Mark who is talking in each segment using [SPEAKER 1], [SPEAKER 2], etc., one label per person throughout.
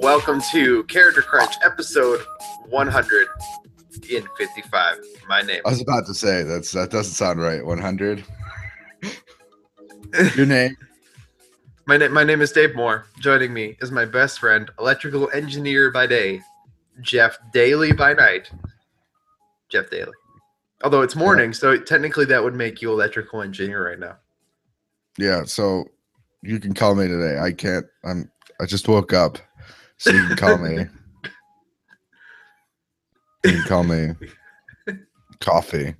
[SPEAKER 1] Welcome to Character Crunch episode 155. My name.
[SPEAKER 2] I was about to say that's that doesn't sound right. One hundred. Your name?
[SPEAKER 1] My name. My name is Dave Moore. Joining me is my best friend, electrical engineer by day, Jeff Daly by night. Jeff Daly. Although it's morning, so technically that would make you electrical engineer right now.
[SPEAKER 2] Yeah. So you can call me today. I can't. I'm. I just woke up, so you can call me. You can call me. Coffee.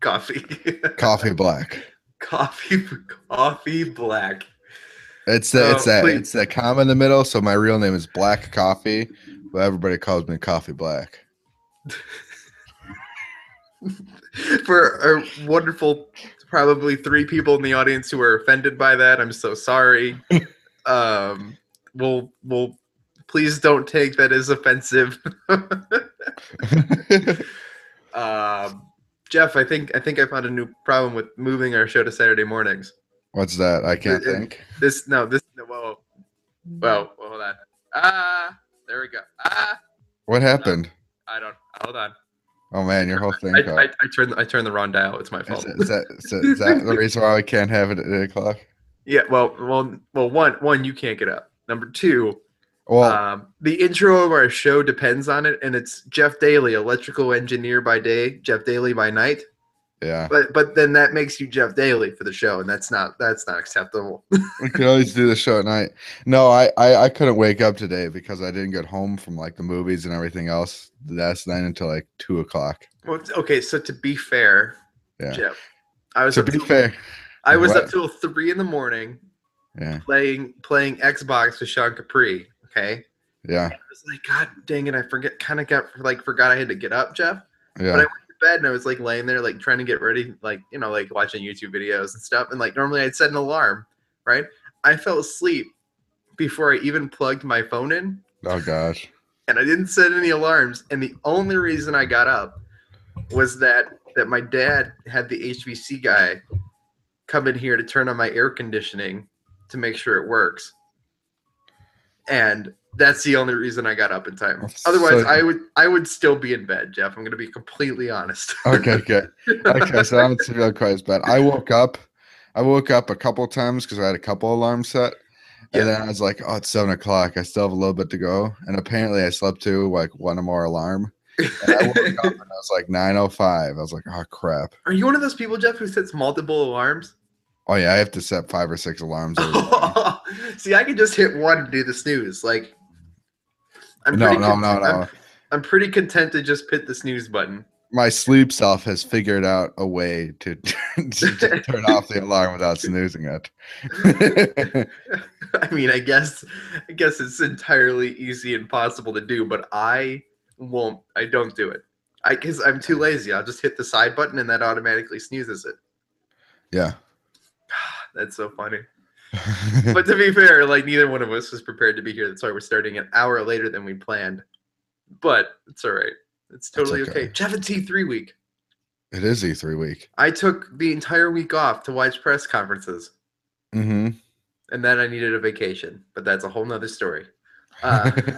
[SPEAKER 1] Coffee.
[SPEAKER 2] Coffee black.
[SPEAKER 1] coffee. Coffee black.
[SPEAKER 2] It's the, it's
[SPEAKER 1] Oh,
[SPEAKER 2] that
[SPEAKER 1] please.
[SPEAKER 2] it's that comma in the middle. So my real name is Black Coffee, but everybody calls me Coffee Black.
[SPEAKER 1] For our wonderful, probably three people in the audience who are offended by that, I'm so sorry. um, we'll we'll please don't take that as offensive. um, Jeff, I think I think I found a new problem with moving our show to Saturday mornings.
[SPEAKER 2] What's that? I can't
[SPEAKER 1] It- it-
[SPEAKER 2] think.
[SPEAKER 1] This no, this no, whoa, whoa, whoa, hold on. Ah, there we go. Ah,
[SPEAKER 2] What happened?
[SPEAKER 1] I don't. Hold on.
[SPEAKER 2] Oh man, your whole thing.
[SPEAKER 1] I,
[SPEAKER 2] got-
[SPEAKER 1] I, I turned I turned the wrong dial. It's my
[SPEAKER 2] Is
[SPEAKER 1] fault.
[SPEAKER 2] that, is, that, is that- is that the reason why we can't have it at eight o'clock?
[SPEAKER 1] Yeah, well, well, well. One, one, you can't get up. Number two,
[SPEAKER 2] Well,
[SPEAKER 1] um, the intro of our show depends on it, and it's Jeff Daly, electrical engineer by day, Jeff Daly by night.
[SPEAKER 2] yeah,
[SPEAKER 1] But but then that makes you Jeff Daly for the show, and that's not that's not acceptable.
[SPEAKER 2] we could always do the show at night. No, I, I I couldn't wake up today because I didn't get home from like the movies and everything else last night until like two o'clock.
[SPEAKER 1] Well, okay, so to be fair,
[SPEAKER 2] Yeah.
[SPEAKER 1] Jeff, I was
[SPEAKER 2] To
[SPEAKER 1] up
[SPEAKER 2] be
[SPEAKER 1] till,
[SPEAKER 2] fair,
[SPEAKER 1] I was up
[SPEAKER 2] what?
[SPEAKER 1] till three in the morning
[SPEAKER 2] yeah,
[SPEAKER 1] playing playing Xbox with Sean Capri. Okay,
[SPEAKER 2] yeah,
[SPEAKER 1] I was like, God dang it, I forget, kind of got like forgot I had to get up, Jeff.
[SPEAKER 2] yeah.
[SPEAKER 1] bed and I was like laying there, like trying to get ready, like, you know, like watching YouTube videos and stuff. And like normally I'd set an alarm, right? I fell asleep before I even plugged my phone in
[SPEAKER 2] Oh gosh,
[SPEAKER 1] and I didn't set any alarms. And the only reason I got up was that that my dad had the HVC guy come in here to turn on my air conditioning to make sure it works. And that's the only reason I got up in time.
[SPEAKER 2] That's
[SPEAKER 1] Otherwise,
[SPEAKER 2] so-
[SPEAKER 1] I would I would still be in bed, Jeff. I'm going to be completely honest.
[SPEAKER 2] okay, good. Okay, so I don't feel quite as bad. I woke up, I woke up a couple times because I had a couple alarms set.
[SPEAKER 1] Yeah.
[SPEAKER 2] And then I was like, oh, it's seven o'clock. I still have a little bit to go. And apparently I slept to like one more alarm. And I woke up and I was like 9.05. I was like, oh, crap.
[SPEAKER 1] Are you one of those people, Jeff, who sets multiple alarms?
[SPEAKER 2] Oh, yeah, I have to set five or six alarms. every day.
[SPEAKER 1] See, I can just hit one and do the snooze. Like, I'm
[SPEAKER 2] no,
[SPEAKER 1] pretty
[SPEAKER 2] no, no,
[SPEAKER 1] content- I'm-
[SPEAKER 2] no.
[SPEAKER 1] I'm pretty content to just hit the snooze button.
[SPEAKER 2] My sleep self has figured out a way to, to turn off the alarm without snoozing it.
[SPEAKER 1] I mean, I guess, I guess it's entirely easy and possible to do, but I won't. I don't do it. I because I'm too lazy. I'll just hit the side button and that automatically snoozes it.
[SPEAKER 2] yeah.
[SPEAKER 1] That's so funny. But to be fair, like neither one of us was prepared to be here. That's why we're starting an hour later than we planned. But it's all right. It's totally okay.
[SPEAKER 2] okay.
[SPEAKER 1] Jeff and T three week.
[SPEAKER 2] it is E3 week.
[SPEAKER 1] I took the entire week off to watch press conferences,
[SPEAKER 2] hmm
[SPEAKER 1] and then I needed a vacation. But that's a whole nother story. Uh,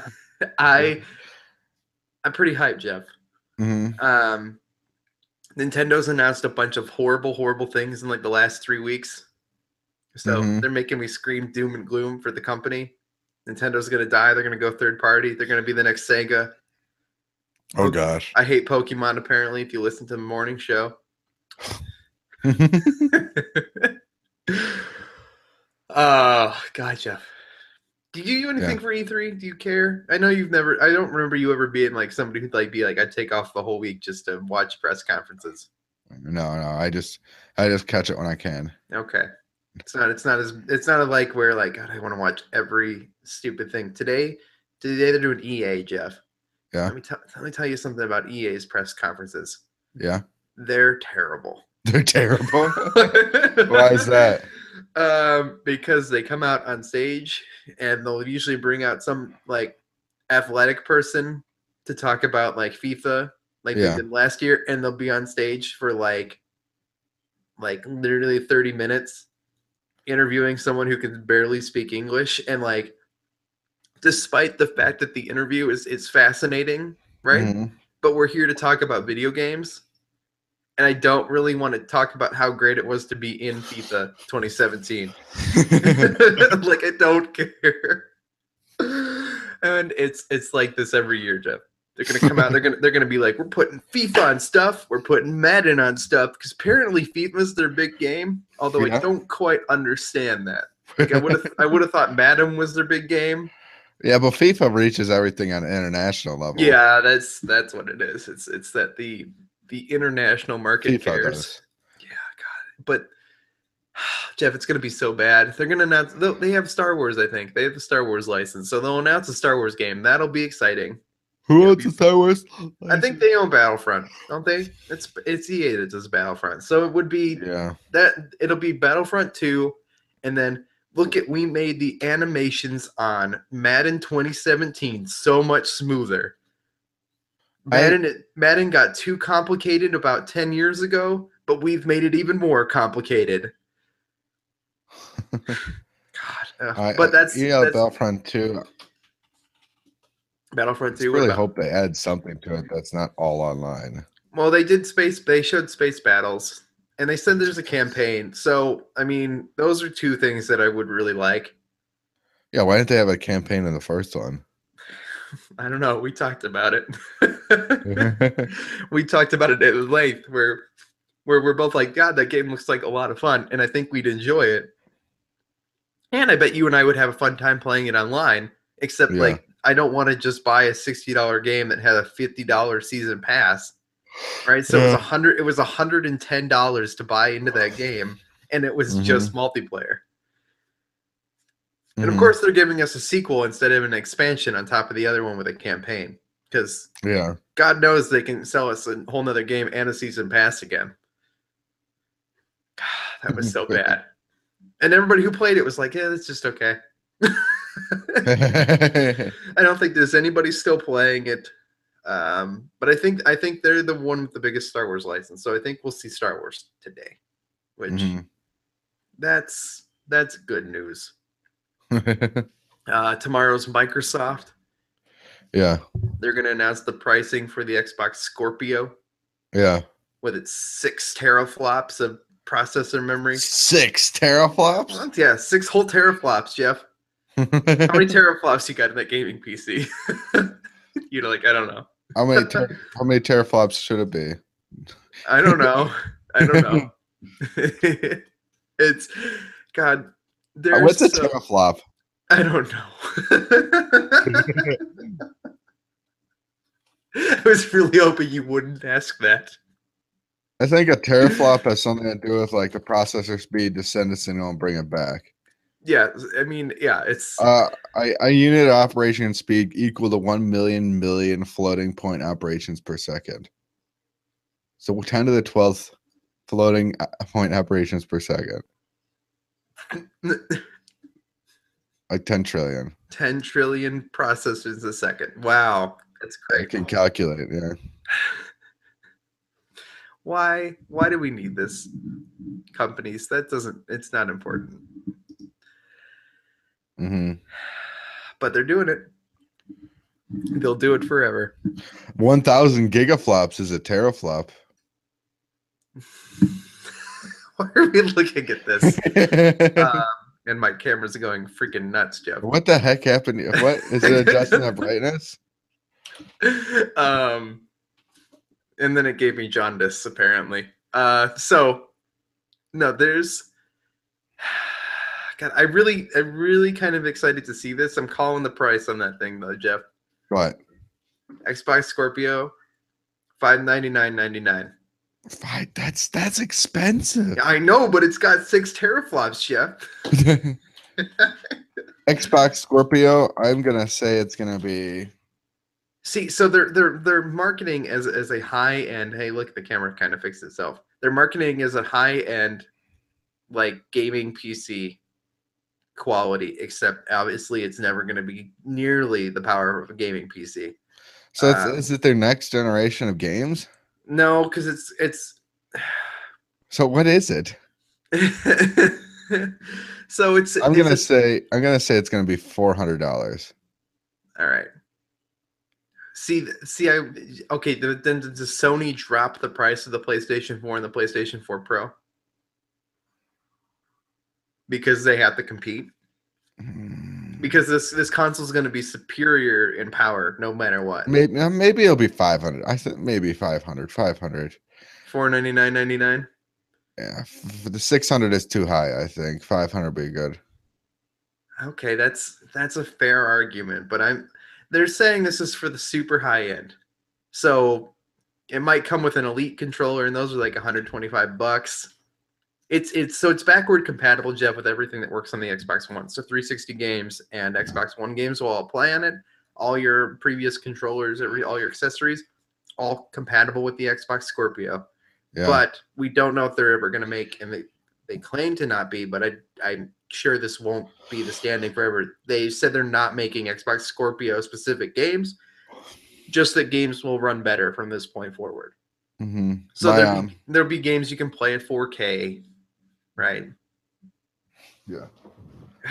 [SPEAKER 1] I I'm pretty hyped, Jeff.
[SPEAKER 2] hmm
[SPEAKER 1] Um, Nintendo's announced a bunch of horrible, horrible things in like the last three weeks. So
[SPEAKER 2] Mhm.
[SPEAKER 1] they're making me scream doom and gloom for the company. Nintendo's gonna die. They're gonna go third party. They're gonna be the next Sega.
[SPEAKER 2] Oh, gosh.
[SPEAKER 1] I hate Pokemon. Apparently, if you listen to the morning show. Oh God, Jeff. Do you do anything for E3? Do you care? I know you've never. I don't remember you ever being like somebody who'd like be like, I take off the whole week just to watch press conferences.
[SPEAKER 2] No, no, I just I just catch it when I can.
[SPEAKER 1] Okay. It's not it's not as it's not a like where like God, I want to watch every stupid thing. Today today they're doing EA, Jeff.
[SPEAKER 2] Yeah.
[SPEAKER 1] Let me tell let me tell you something about EA's press conferences.
[SPEAKER 2] Yeah,
[SPEAKER 1] They're terrible.
[SPEAKER 2] they're terrible. Why is that?
[SPEAKER 1] Um, because they come out on stage and they'll usually bring out some like athletic person to talk about like FIFA like
[SPEAKER 2] Yeah.
[SPEAKER 1] they did last year, and they'll be on stage for like, like literally thirty minutes, interviewing someone who can barely speak English, and like, despite the fact that the interview is it's fascinating, right?
[SPEAKER 2] Mhm.
[SPEAKER 1] But we're here to talk about video games. And I don't really want to talk about how great it was to be in FIFA 2017. like I don't care. And it's it's like this every year, Jeff. They're gonna come out. They're gonna they're gonna be like, we're putting FIFA on stuff. We're putting Madden on stuff because apparently FIFA's their big game. Although I
[SPEAKER 2] Yeah.
[SPEAKER 1] don't quite understand that. Like I would have I would have thought Madden was their big game.
[SPEAKER 2] yeah, but FIFA reaches everything on an international level.
[SPEAKER 1] Yeah, that's that's what it is. It's it's that the the international market
[SPEAKER 2] FIFA
[SPEAKER 1] cares.
[SPEAKER 2] does.
[SPEAKER 1] Yeah, God. But Jeff, it's gonna be so bad. They're gonna announce. they'll- They have Star Wars, I think. They have the Star Wars license, so they'll announce a Star Wars game. That'll be exciting.
[SPEAKER 2] Who
[SPEAKER 1] Yeah,
[SPEAKER 2] owns the Star Wars?
[SPEAKER 1] I think they own Battlefront, don't they? It's it's EA that does Battlefront, so it would be
[SPEAKER 2] Yeah.
[SPEAKER 1] that. It'll be Battlefront Two, and then look at we made the animations on Madden 2017 so much smoother.
[SPEAKER 2] I-
[SPEAKER 1] Madden Madden got too complicated about 10 years ago, but we've made it even more complicated. God, uh,
[SPEAKER 2] I- E
[SPEAKER 1] but that's,
[SPEAKER 2] yeah,
[SPEAKER 1] that's
[SPEAKER 2] Battlefront 2.
[SPEAKER 1] Battlefront
[SPEAKER 2] I
[SPEAKER 1] 2. what
[SPEAKER 2] really
[SPEAKER 1] about-
[SPEAKER 2] hope they add something to it that's not all online.
[SPEAKER 1] Well, they did space. They showed space battles, and they said there's a campaign. So, I mean, those are two things that I would really like.
[SPEAKER 2] Yeah, why didn't they have a campaign in the first one?
[SPEAKER 1] I don't know. We talked about
[SPEAKER 2] Mm-hmm.
[SPEAKER 1] it. we talked about it at length, where where we're both like, God, that game looks like a lot of fun, and I think we'd enjoy it. And I bet you and I would have a fun time playing it online. Except,
[SPEAKER 2] Yeah.
[SPEAKER 1] like, I don't want to just buy a sixty dollar game that had a fifty dollar season pass. right? So it was
[SPEAKER 2] Yeah.
[SPEAKER 1] a hundred. It was a hundred and ten dollars to buy into that game, and it was just
[SPEAKER 2] Mm-hmm.
[SPEAKER 1] multiplayer. And of
[SPEAKER 2] Mhm.
[SPEAKER 1] course, they're giving us a sequel instead of an expansion on top of the other one with a campaign, because
[SPEAKER 2] Yeah.
[SPEAKER 1] God knows they can sell us a whole nother game and a season pass again. that was so bad. And everybody who played it was like, "Yeah, that's just okay." I don't think there's anybody still playing it. Um, but I think I think they're the one with the biggest Star Wars license. So I think we'll see Star Wars today. Which
[SPEAKER 2] Mhm.
[SPEAKER 1] that's that's good news.
[SPEAKER 2] Mm-hmm.
[SPEAKER 1] Uh, tomorrow's Microsoft.
[SPEAKER 2] yeah.
[SPEAKER 1] They're gonna announce the pricing for the Xbox Scorpio
[SPEAKER 2] Yeah.
[SPEAKER 1] with its six teraflops of processor memory.
[SPEAKER 2] Six teraflops?
[SPEAKER 1] Yeah, six whole teraflops, Jeff. How many teraflops you got in that gaming PC? you know, like I don't know.
[SPEAKER 2] how many ter- how many teraflops should it be?
[SPEAKER 1] I don't know. I don't know. it's God. There's
[SPEAKER 2] What's a
[SPEAKER 1] so-
[SPEAKER 2] teraflop?
[SPEAKER 1] I don't know. I was really hoping you wouldn't ask that.
[SPEAKER 2] I think a teraflop has something to do with like the processor speed to send a signal and bring it back.
[SPEAKER 1] Yeah, I mean, yeah, it's
[SPEAKER 2] Uh, I, I unit operation speed equal to 1 million million floating point operations per second. So 10 to the 12th floating o- point operations per second, like 10 trillion.
[SPEAKER 1] 10 trillion processors a second. Wow, that's
[SPEAKER 2] I
[SPEAKER 1] great.
[SPEAKER 2] can calculate. Yeah.
[SPEAKER 1] Why why do we need this companies? That doesn't it's not important.
[SPEAKER 2] hmm
[SPEAKER 1] But they're doing it. They'll do it forever.
[SPEAKER 2] 1,000 gigaflops is a teraflop.
[SPEAKER 1] Why are we looking at this? um, and my camera's going freaking nuts, Jeff.
[SPEAKER 2] what the heck happened? here? What is it adjusting the brightness?
[SPEAKER 1] um, and then it gave me jaundice, apparently. Uh, so no, there's. God, I really, I really kind of excited to see this. I'm calling the price on that thing though, Jeff.
[SPEAKER 2] What?
[SPEAKER 1] Xbox Scorpio, five ninety nine ninety nine.
[SPEAKER 2] Fi- That's that's expensive.
[SPEAKER 1] I know, but it's got six teraflops, Jeff.
[SPEAKER 2] Xbox Scorpio, I'm gonna say it's gonna be
[SPEAKER 1] See, so they're they're they're marketing as as a high end. Hey, look, the camera kind of fixed itself. They're marketing as a high end, like gaming PC quality. Except obviously, it's never going to be nearly the power of a gaming PC.
[SPEAKER 2] So it's,
[SPEAKER 1] Um,
[SPEAKER 2] is it their next generation of games?
[SPEAKER 1] No, because it's it's
[SPEAKER 2] So what is it?
[SPEAKER 1] so it's.
[SPEAKER 2] I'm
[SPEAKER 1] it's
[SPEAKER 2] gonna
[SPEAKER 1] a-
[SPEAKER 2] say I'm gonna say it's gonna be four hundred dollars.
[SPEAKER 1] All right. See, th- see, I okay. th- Then does Sony drop the price of the PlayStation 4 and the PlayStation 4 Pro because they have to compete?
[SPEAKER 2] Hmm,
[SPEAKER 1] Because this this console is going to be superior in power no matter what.
[SPEAKER 2] Maybe maybe it'll be five hundred. I think maybe 500, 500.
[SPEAKER 1] 499.99.
[SPEAKER 2] Yeah, f- the six hundred is too high. I think five hundred be good.
[SPEAKER 1] Okay, that's that's a fair argument, but I'm they're saying this is for the super high end. So it might come with an elite controller and those are like 125 bucks. It's it's so it's backward compatible, Jeff, with everything that works on the Xbox One. So 360 games and Xbox One games will all play on it. All your previous controllers, every all your accessories, all compatible with the Xbox Scorpio
[SPEAKER 2] Yeah,
[SPEAKER 1] but we don't know if they're ever going to make and they, they claim to not be but I, i'm sure this won't be the standing forever they said they're not making xbox scorpio specific games just that games will run better from this point forward
[SPEAKER 2] hmm
[SPEAKER 1] so
[SPEAKER 2] My,
[SPEAKER 1] there'll,
[SPEAKER 2] um,
[SPEAKER 1] be, there'll be games you can play at 4k right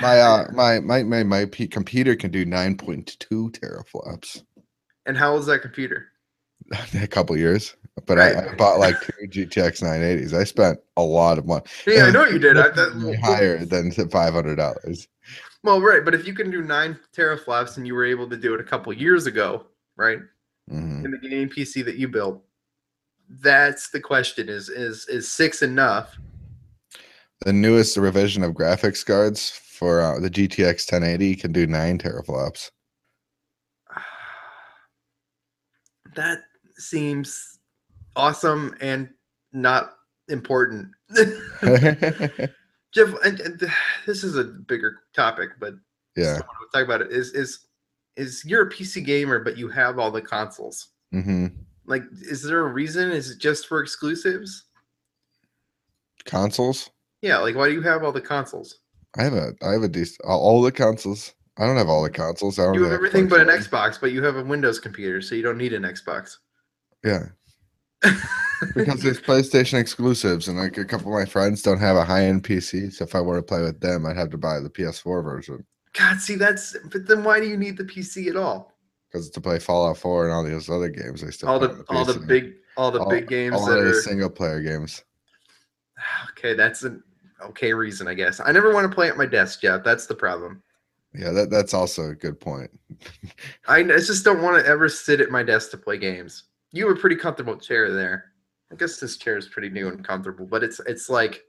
[SPEAKER 2] my uh, my my my my P- computer can do nine point two teraflops
[SPEAKER 1] and how old is that computer
[SPEAKER 2] in a couple years. But I, I
[SPEAKER 1] Right.
[SPEAKER 2] bought like two GTX nine eighties. I spent a lot of money.
[SPEAKER 1] yeah i
[SPEAKER 2] And
[SPEAKER 1] know you did I,
[SPEAKER 2] significantly
[SPEAKER 1] that,
[SPEAKER 2] higher than five hundred dollars.
[SPEAKER 1] well right but if you can do nine teraflops and you were able to do it a couple years ago right
[SPEAKER 2] hmm
[SPEAKER 1] in the game PC that you built. That's the question: is is is six enough?
[SPEAKER 2] The newest revision of graphics cards for uh, the GTX 1080 can do nine teraflops.
[SPEAKER 1] That seems awesome and not important.
[SPEAKER 2] yeah,
[SPEAKER 1] Jeff, and, and th- this is a bigger topic, but I want to talk about it. Is is is you're a PC gamer, but you have all the consoles?
[SPEAKER 2] hmm
[SPEAKER 1] Like, is there a reason? Is it just for exclusives?
[SPEAKER 2] consoles.
[SPEAKER 1] Yeah, like why do you have all the consoles?
[SPEAKER 2] I have a I have a dec- all- all the consoles. I don't have all the consoles. I don't
[SPEAKER 1] You have
[SPEAKER 2] really
[SPEAKER 1] everything but an
[SPEAKER 2] consoles.
[SPEAKER 1] Xbox, but you have a Windows computer, so you don't need an Xbox.
[SPEAKER 2] Yeah, because there's PlayStation exclusives, and like a couple of my friends don't have a high end PC. So if I were to play with them, I'd have to buy the PS4 version
[SPEAKER 1] God, see, that's. But then why do you need the PC at all?
[SPEAKER 2] because to play Fallout 4 and all those other games, I still
[SPEAKER 1] all
[SPEAKER 2] play
[SPEAKER 1] the
[SPEAKER 2] on
[SPEAKER 1] all the
[SPEAKER 2] PC.
[SPEAKER 1] big all the
[SPEAKER 2] All-
[SPEAKER 1] big games
[SPEAKER 2] all
[SPEAKER 1] that
[SPEAKER 2] the
[SPEAKER 1] are
[SPEAKER 2] single player games.
[SPEAKER 1] okay. That's an okay reason, I guess. I never want to play at my desk, Jeff. That's the problem.
[SPEAKER 2] Yeah, that, that's also a good point.
[SPEAKER 1] I n- I just don't want to ever sit at my desk to play games. You have a pretty comfortable chair there. I guess this chair is pretty new and comfortable, but it's it's like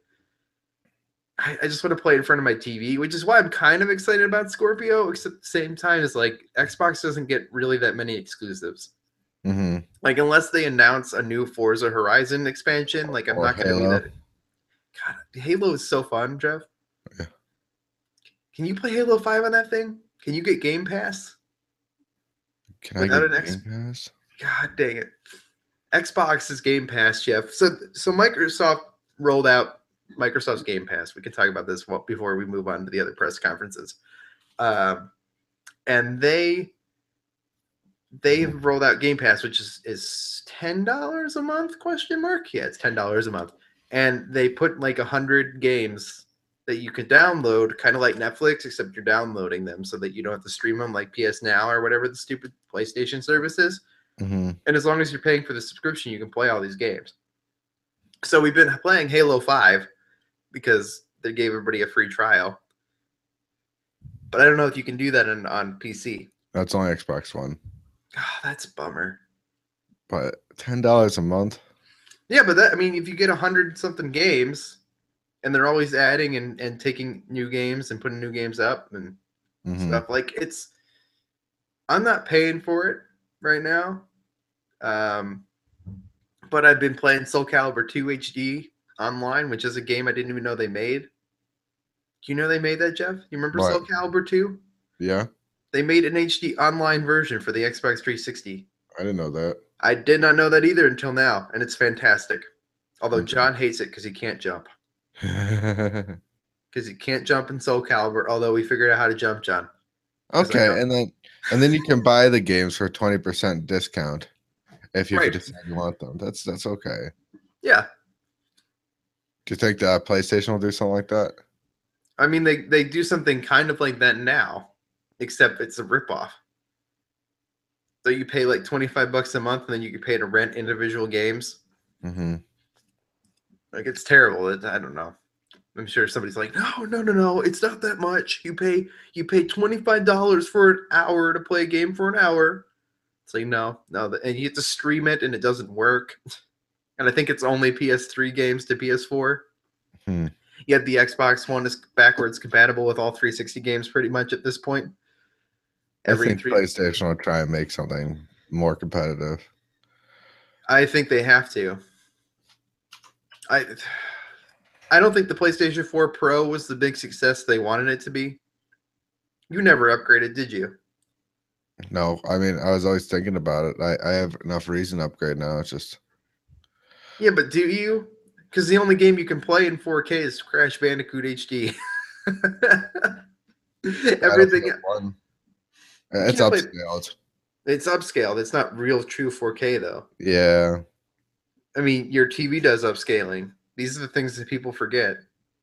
[SPEAKER 1] I, I just want to play in front of my TV, which is why I'm kind of excited about Scorpio. Except at the same time, is like Xbox doesn't get really that many exclusives.
[SPEAKER 2] hmm
[SPEAKER 1] Like unless they announce a new Forza Horizon expansion, like I'm
[SPEAKER 2] Or
[SPEAKER 1] not gonna be
[SPEAKER 2] Halo.
[SPEAKER 1] that. God, Halo is so fun, Jeff.
[SPEAKER 2] Yeah.
[SPEAKER 1] Can you play Halo Five on that thing? Can you get Game Pass?
[SPEAKER 2] Can I
[SPEAKER 1] Without
[SPEAKER 2] get
[SPEAKER 1] an X-
[SPEAKER 2] Game Pass?
[SPEAKER 1] God dang it! Xbox is Game Pass, Jeff. So so Microsoft rolled out Microsoft's Game Pass. We can talk about this while- before we move on to the other press conferences. Um, and they they've rolled out Game Pass, which is is ten dollars a month? Question mark. Yeah, it's ten dollars a month, and they put like a hundred games that you can download, kind of like Netflix, except you're downloading them so that you don't have to stream them like PS Now or whatever the stupid PlayStation service is.
[SPEAKER 2] hmm
[SPEAKER 1] And as long as you're paying for the subscription, you can play all these games. So we've been playing Halo 5 because they gave everybody a free trial. But I don't know if you can do that on, on PC.
[SPEAKER 2] That's only Xbox One,
[SPEAKER 1] Oh, that's a bummer.
[SPEAKER 2] but ten dollars a month.
[SPEAKER 1] Yeah, but that I mean, if you get a hundred something games and they're always adding and, and taking new games and putting new games up and
[SPEAKER 2] Mhm.
[SPEAKER 1] stuff. Like it's I'm not paying for it right now. Um but I've been playing Soul Calibur 2 HD online, which is a game I didn't even know they made. Do you know they made that, Jeff? You remember Soul
[SPEAKER 2] What?
[SPEAKER 1] Calibur 2?
[SPEAKER 2] Yeah,
[SPEAKER 1] They made an HD online version for the Xbox 360.
[SPEAKER 2] I didn't know that.
[SPEAKER 1] I did not know that either until now, and it's fantastic. Although
[SPEAKER 2] Okay.
[SPEAKER 1] John hates it because he can't jump. Because he can't jump in Soul Calibur, although we figured out how to jump, John. Is that
[SPEAKER 2] Okay, and then and then you can buy the games for twenty percent discount if you
[SPEAKER 1] Right.
[SPEAKER 2] decide you want them. That's that's okay.
[SPEAKER 1] Yeah.
[SPEAKER 2] Do you think that PlayStation will do something like that?
[SPEAKER 1] I mean, they, they do something kind of like that now, except it's a ripoff. So you pay like 25 bucks a month and then you can pay to rent individual games.
[SPEAKER 2] Mm-hmm.
[SPEAKER 1] Like it's terrible. It, I don't know. I'm sure somebody's like, no, no, no, no. It's not that much. You pay you pay twenty five dollars for an hour to play a game for an hour. It's like no, no, th- and you have to stream it, and it doesn't work. And I think it's only PS3 games to PS4.
[SPEAKER 2] Hmm.
[SPEAKER 1] Yet the Xbox One is backwards compatible with all 360 games pretty much at this point.
[SPEAKER 2] I
[SPEAKER 1] Every
[SPEAKER 2] think
[SPEAKER 1] three,
[SPEAKER 2] PlayStation will try and make something more competitive.
[SPEAKER 1] I think they have to. I I don't think the PlayStation 4 Pro was the big success they wanted it to be. You never upgraded, did you?
[SPEAKER 2] No, I mean I was always thinking about it. I, I have enough reason to upgrade now. It's just
[SPEAKER 1] Yeah, but do you? Because the only game you can play in 4K is Crash Bandicoot HD. Everything
[SPEAKER 2] Battlefield One.
[SPEAKER 1] You
[SPEAKER 2] It's
[SPEAKER 1] can't play-
[SPEAKER 2] upscaled.
[SPEAKER 1] it's upscaled. It's not real true 4K though.
[SPEAKER 2] Yeah.
[SPEAKER 1] I mean, your TV does upscaling. These are the things that people forget.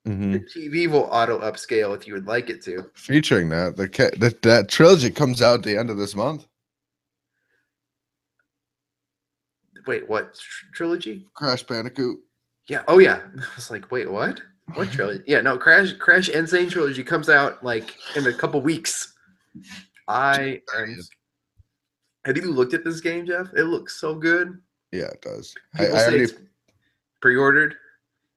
[SPEAKER 2] hmm
[SPEAKER 1] Your TV will auto upscale if you would like it to.
[SPEAKER 2] Featuring that the, ca- the that trilogy comes out the end of this month.
[SPEAKER 1] Wait, what Tr- trilogy?
[SPEAKER 2] Crash Bandicoot.
[SPEAKER 1] Yeah. Oh yeah. I was like, wait, what? What trilogy? Yeah, no, Crash Crash Insane trilogy comes out like in a couple weeks. I am
[SPEAKER 2] Jeez.
[SPEAKER 1] Have you looked at this game, Jeff? It looks so good.
[SPEAKER 2] Yeah, it does. I, I
[SPEAKER 1] People say
[SPEAKER 2] already
[SPEAKER 1] it's pre-ordered.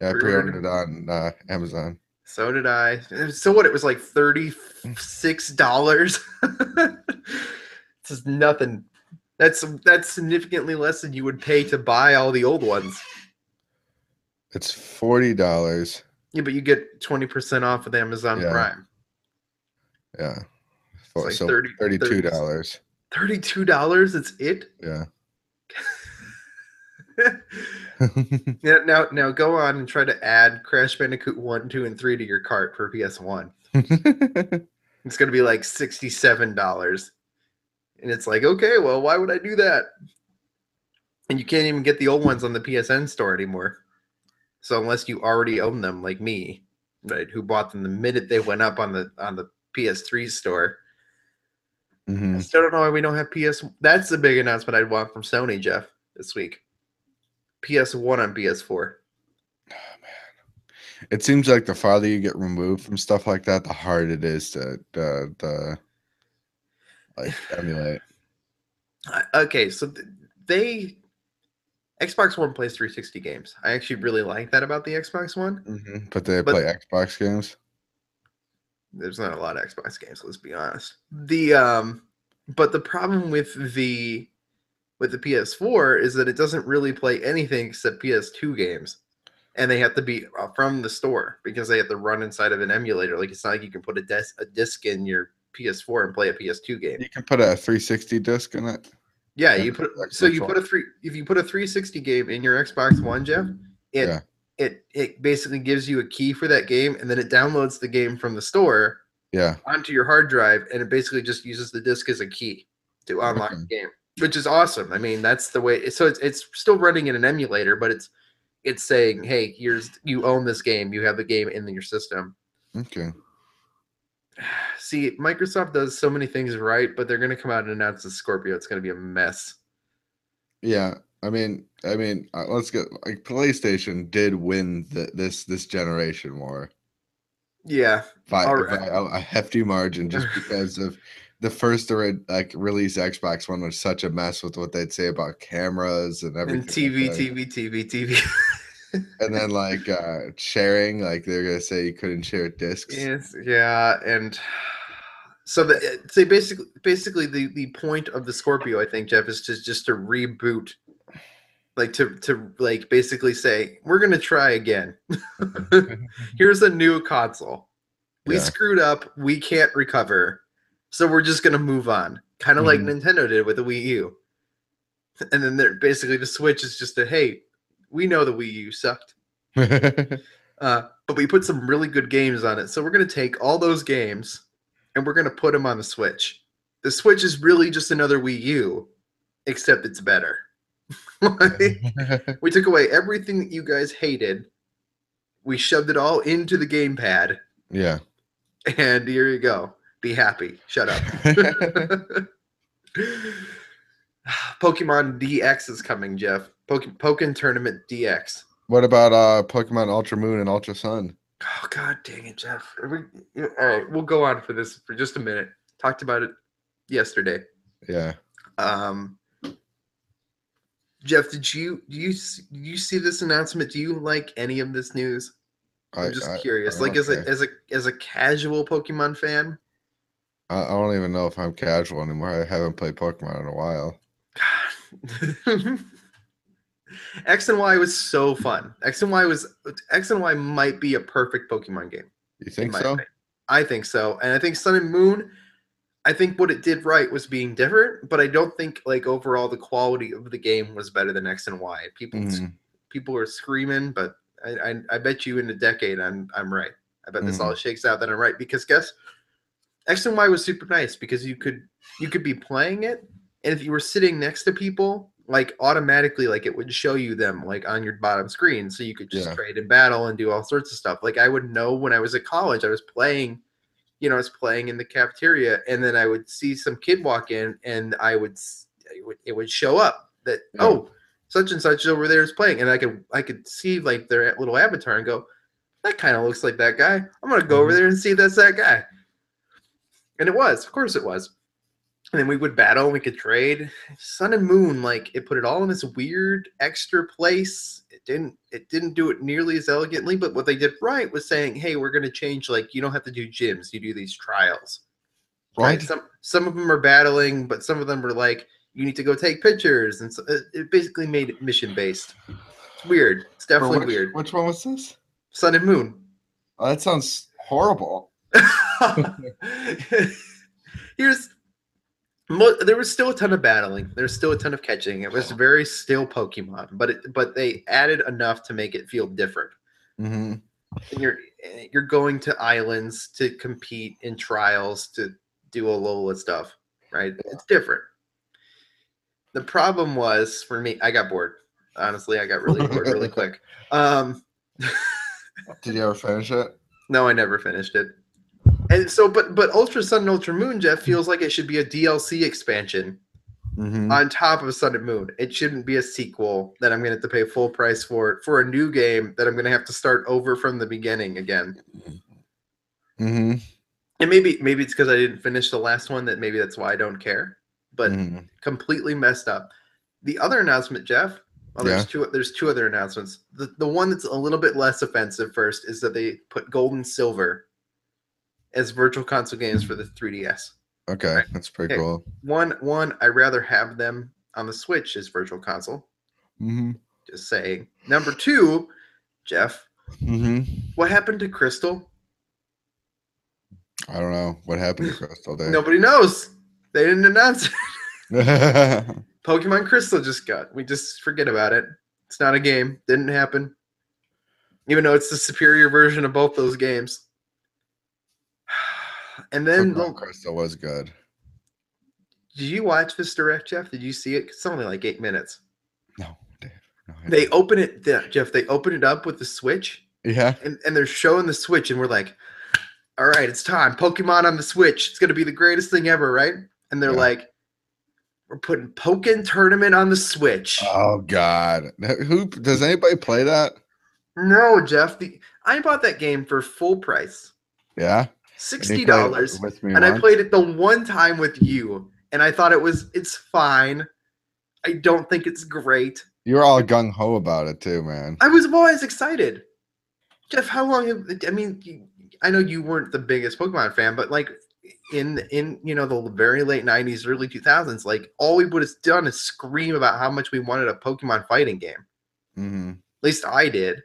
[SPEAKER 2] yeah, I
[SPEAKER 1] pre-ordered.
[SPEAKER 2] pre-ordered it on uh, Amazon.
[SPEAKER 1] So did I. So what? It was like thirty-six dollars. this is nothing. That's that's significantly less than you would pay to buy all the old ones.
[SPEAKER 2] It's forty dollars.
[SPEAKER 1] Yeah, but you get twenty percent off with Amazon
[SPEAKER 2] Yeah.
[SPEAKER 1] Prime.
[SPEAKER 2] Yeah. For,
[SPEAKER 1] like
[SPEAKER 2] so
[SPEAKER 1] 30
[SPEAKER 2] thirty-two dollars.
[SPEAKER 1] Thirty-two dollars. That's it.
[SPEAKER 2] Yeah.
[SPEAKER 1] now, now, now, go on and try to add Crash Bandicoot one, two, and three to your cart for PS One. It's going to be like sixty-seven dollars, and it's like, okay, well, why would I do that? And you can't even get the old ones on the PSN store anymore. So unless you already own them, like me, right, who bought them the minute they went up on the on the PS3 store, I
[SPEAKER 2] Mhm.
[SPEAKER 1] still don't know why we don't have PS. That's the big announcement I'd want from Sony, Jeff, this week. PS1 on PS4.
[SPEAKER 2] It seems like the farther you get removed from stuff like that, the harder it is to the the like emulate.
[SPEAKER 1] I- Uh, okay so th- they xbox one plays 360 games i actually really like that about the xbox one
[SPEAKER 2] Mhm. But they
[SPEAKER 1] But-
[SPEAKER 2] play Xbox games.
[SPEAKER 1] there's not a lot of xbox games let's be honest the um but the problem with the with the ps4 is that it doesn't really play anything except ps2 games and they have to be uh, from the store because they have to run inside of an emulator like it's not like you can put a disc a disc in your ps4 and play a ps2 game
[SPEAKER 2] You can put a 360 disc in it.
[SPEAKER 1] Yeah,
[SPEAKER 2] Yeah,
[SPEAKER 1] you put
[SPEAKER 2] like
[SPEAKER 1] so you
[SPEAKER 2] Xbox
[SPEAKER 1] put a three if you put a 360 game in your Xbox One, Jeff, it
[SPEAKER 2] Yeah.
[SPEAKER 1] it it basically gives you a key for that game, and then it downloads the game from the store
[SPEAKER 2] Yeah.
[SPEAKER 1] onto your hard drive, and it basically just uses the disc as a key to unlock the game, which is awesome. I mean, that's the way. So it's it's still running in an emulator, but it's it's saying, hey, here's you own this game, you have the game in your system.
[SPEAKER 2] Okay.
[SPEAKER 1] See, Microsoft does so many things right, but they're gonna come out and announce the Scorpio. It's gonna be a mess.
[SPEAKER 2] Yeah, I mean, I mean, uh, let's get like PlayStation did win the, this this generation war
[SPEAKER 1] Yeah,
[SPEAKER 2] by,
[SPEAKER 1] All
[SPEAKER 2] by
[SPEAKER 1] right.
[SPEAKER 2] a, a hefty margin, just because of the first re- like release Xbox One was such a mess with what they'd say about cameras and everything,
[SPEAKER 1] and TV,
[SPEAKER 2] like that.
[SPEAKER 1] TV, TV, TV.
[SPEAKER 2] and then like uh sharing, like they're gonna say you couldn't share discs.
[SPEAKER 1] yes, yeah, and so the so basically basically the the point of the Scorpio, I think, Jeff, is just just to reboot, like to to like basically say we're gonna try again. Here's a new console. We
[SPEAKER 2] Yeah.
[SPEAKER 1] screwed up. We can't recover. So we're just gonna move on, kind of like
[SPEAKER 2] Mhm.
[SPEAKER 1] Nintendo did with the Wii U. And then they're basically the Switch is just a hey, we know the Wii U sucked. Uh, but we put some really good games on it. So we're going to take all those games and we're going to put them on the Switch. The Switch is really just another Wii U, except it's better. Like, we took away everything that you guys hated. We shoved it all into the gamepad,
[SPEAKER 2] yeah.
[SPEAKER 1] and here you go. Be happy. Shut up. Pokemon DX is coming, Jeff. Poke- Pokken Tournament DX.
[SPEAKER 2] what about uh Pokemon Ultra Moon and Ultra Sun?
[SPEAKER 1] Oh God, dang it, Jeff. Are we- yeah, all right, we'll go on for this for just a minute. Talked about it yesterday.
[SPEAKER 2] Yeah.
[SPEAKER 1] Um, Jeff, did you do you s- do you see this announcement? Do you like any of this news?
[SPEAKER 2] I,
[SPEAKER 1] I'm just
[SPEAKER 2] I,
[SPEAKER 1] curious.
[SPEAKER 2] I
[SPEAKER 1] Like
[SPEAKER 2] don't
[SPEAKER 1] as a
[SPEAKER 2] care.
[SPEAKER 1] as a as a casual Pokemon fan.
[SPEAKER 2] I I don't even know if I'm casual anymore. I haven't played Pokemon in a while.
[SPEAKER 1] God. X and Y was so fun. X and Y was X and Y might be a perfect Pokemon game.
[SPEAKER 2] You
[SPEAKER 1] in
[SPEAKER 2] think
[SPEAKER 1] my
[SPEAKER 2] so?
[SPEAKER 1] opinion. I think so. And I think Sun and Moon, I think what it did right was being different, but I don't think like overall the quality of the game was better than X and Y. People
[SPEAKER 2] Mhm.
[SPEAKER 1] people are screaming, but I, I I bet you in a decade I'm I'm right. I bet this
[SPEAKER 2] Mhm.
[SPEAKER 1] all shakes out that I'm right because guess X and Y was super nice because you could you could be playing it and if you were sitting next to people like automatically like it would show you them like on your bottom screen so you could just
[SPEAKER 2] Yeah.
[SPEAKER 1] trade and battle and do all sorts of stuff like i would know when i was at college i was playing you know i was playing in the cafeteria and then i would see some kid walk in and i would s- it would, it would show up that
[SPEAKER 2] Yeah.
[SPEAKER 1] oh such and such over there is playing and i could i could see like their little avatar and go that kind of looks like that guy i'm gonna go over
[SPEAKER 2] Mhm.
[SPEAKER 1] there and see if that's that guy and it was of course it was and then we would battle and we could trade sun and moon like it put it all in this weird extra place it didn't it didn't do it nearly as elegantly but what they did right was saying hey we're going to change like you don't have to do gyms you do these trials right
[SPEAKER 2] Right?
[SPEAKER 1] some some of them are battling but some of them are like you need to go take pictures and so it, it basically made it mission based it's weird it's
[SPEAKER 2] Or
[SPEAKER 1] definitely
[SPEAKER 2] which,
[SPEAKER 1] weird
[SPEAKER 2] Which one was this?
[SPEAKER 1] sun and moon
[SPEAKER 2] Oh, that sounds horrible.
[SPEAKER 1] Here's mo- there was still a ton of battling. There's still a ton of catching. It was very still Pokemon, but it, but they added enough to make it feel different.
[SPEAKER 2] hmm
[SPEAKER 1] And you're eh, you're going to islands to compete in trials to do Alola stuff, right? It's different. The problem was for me, I got bored. Honestly, I got really bored really quick. Um,
[SPEAKER 2] Did you ever finish it?
[SPEAKER 1] No, I never finished it. And so, but but Ultra Sun and Ultra Moon, Jeff feels like it should be a DLC expansion
[SPEAKER 2] Mm-hmm.
[SPEAKER 1] on top of Sun and Moon. It shouldn't be a sequel that I'm gonna have to pay full price for for a new game that I'm gonna have to start over from the beginning again.
[SPEAKER 2] mm-hmm.
[SPEAKER 1] And maybe maybe it's because I didn't finish the last one that maybe that's why I don't care. But
[SPEAKER 2] Mm. Mm-hmm.
[SPEAKER 1] completely messed up. The other announcement, Jeff. Well, there's
[SPEAKER 2] Yeah.
[SPEAKER 1] two. There's two other announcements. The the one that's a little bit less offensive first is that they put gold and silver as virtual console games for the 3DS.
[SPEAKER 2] okay,
[SPEAKER 1] Right.
[SPEAKER 2] that's pretty
[SPEAKER 1] Okay.
[SPEAKER 2] cool.
[SPEAKER 1] One one I rather have them on the Switch as virtual console.
[SPEAKER 2] Mm-hmm.
[SPEAKER 1] Just saying. Number two, Jeff.
[SPEAKER 2] Mm-hmm.
[SPEAKER 1] What happened to Crystal?
[SPEAKER 2] I don't know what happened to Crystal there.
[SPEAKER 1] Nobody knows. They didn't announce it.
[SPEAKER 2] yeah,
[SPEAKER 1] Pokemon Crystal just got. We just forget about it. It's not a game. Didn't happen. Even though it's the superior version of both those games. And then,
[SPEAKER 2] Pokemon Crystal was good.
[SPEAKER 1] did you watch this direct, Jeff? Did you see it? 'Cause It's only like eight minutes.
[SPEAKER 2] No, Dave. No, I
[SPEAKER 1] They
[SPEAKER 2] didn't.
[SPEAKER 1] open it, yeah, Jeff. They open it up with the Switch,
[SPEAKER 2] yeah.
[SPEAKER 1] and, and they're showing the Switch, and we're like, "All right, it's time. Pokemon on the Switch. It's gonna be the greatest thing ever, right?" And they're
[SPEAKER 2] Yeah.
[SPEAKER 1] like, "We're putting Pokemon Tournament on the Switch."
[SPEAKER 2] Oh God, who does anybody play that?
[SPEAKER 1] No, Jeff. The, I bought that game for full price,
[SPEAKER 2] Yeah, And
[SPEAKER 1] sixty
[SPEAKER 2] you played it
[SPEAKER 1] dollars,
[SPEAKER 2] with me.
[SPEAKER 1] and I
[SPEAKER 2] once?
[SPEAKER 1] played it the one time with you, and I thought it was it's fine. I don't think it's great.
[SPEAKER 2] You were all gung ho about it too, man.
[SPEAKER 1] I was always excited. Jeff, how long have I mean? you- I know you weren't the biggest Pokemon fan, but like in in you know the very late '90s, early 2000s, like all we would have done is scream about how much we wanted a Pokemon fighting game.
[SPEAKER 2] hmm
[SPEAKER 1] At least I did.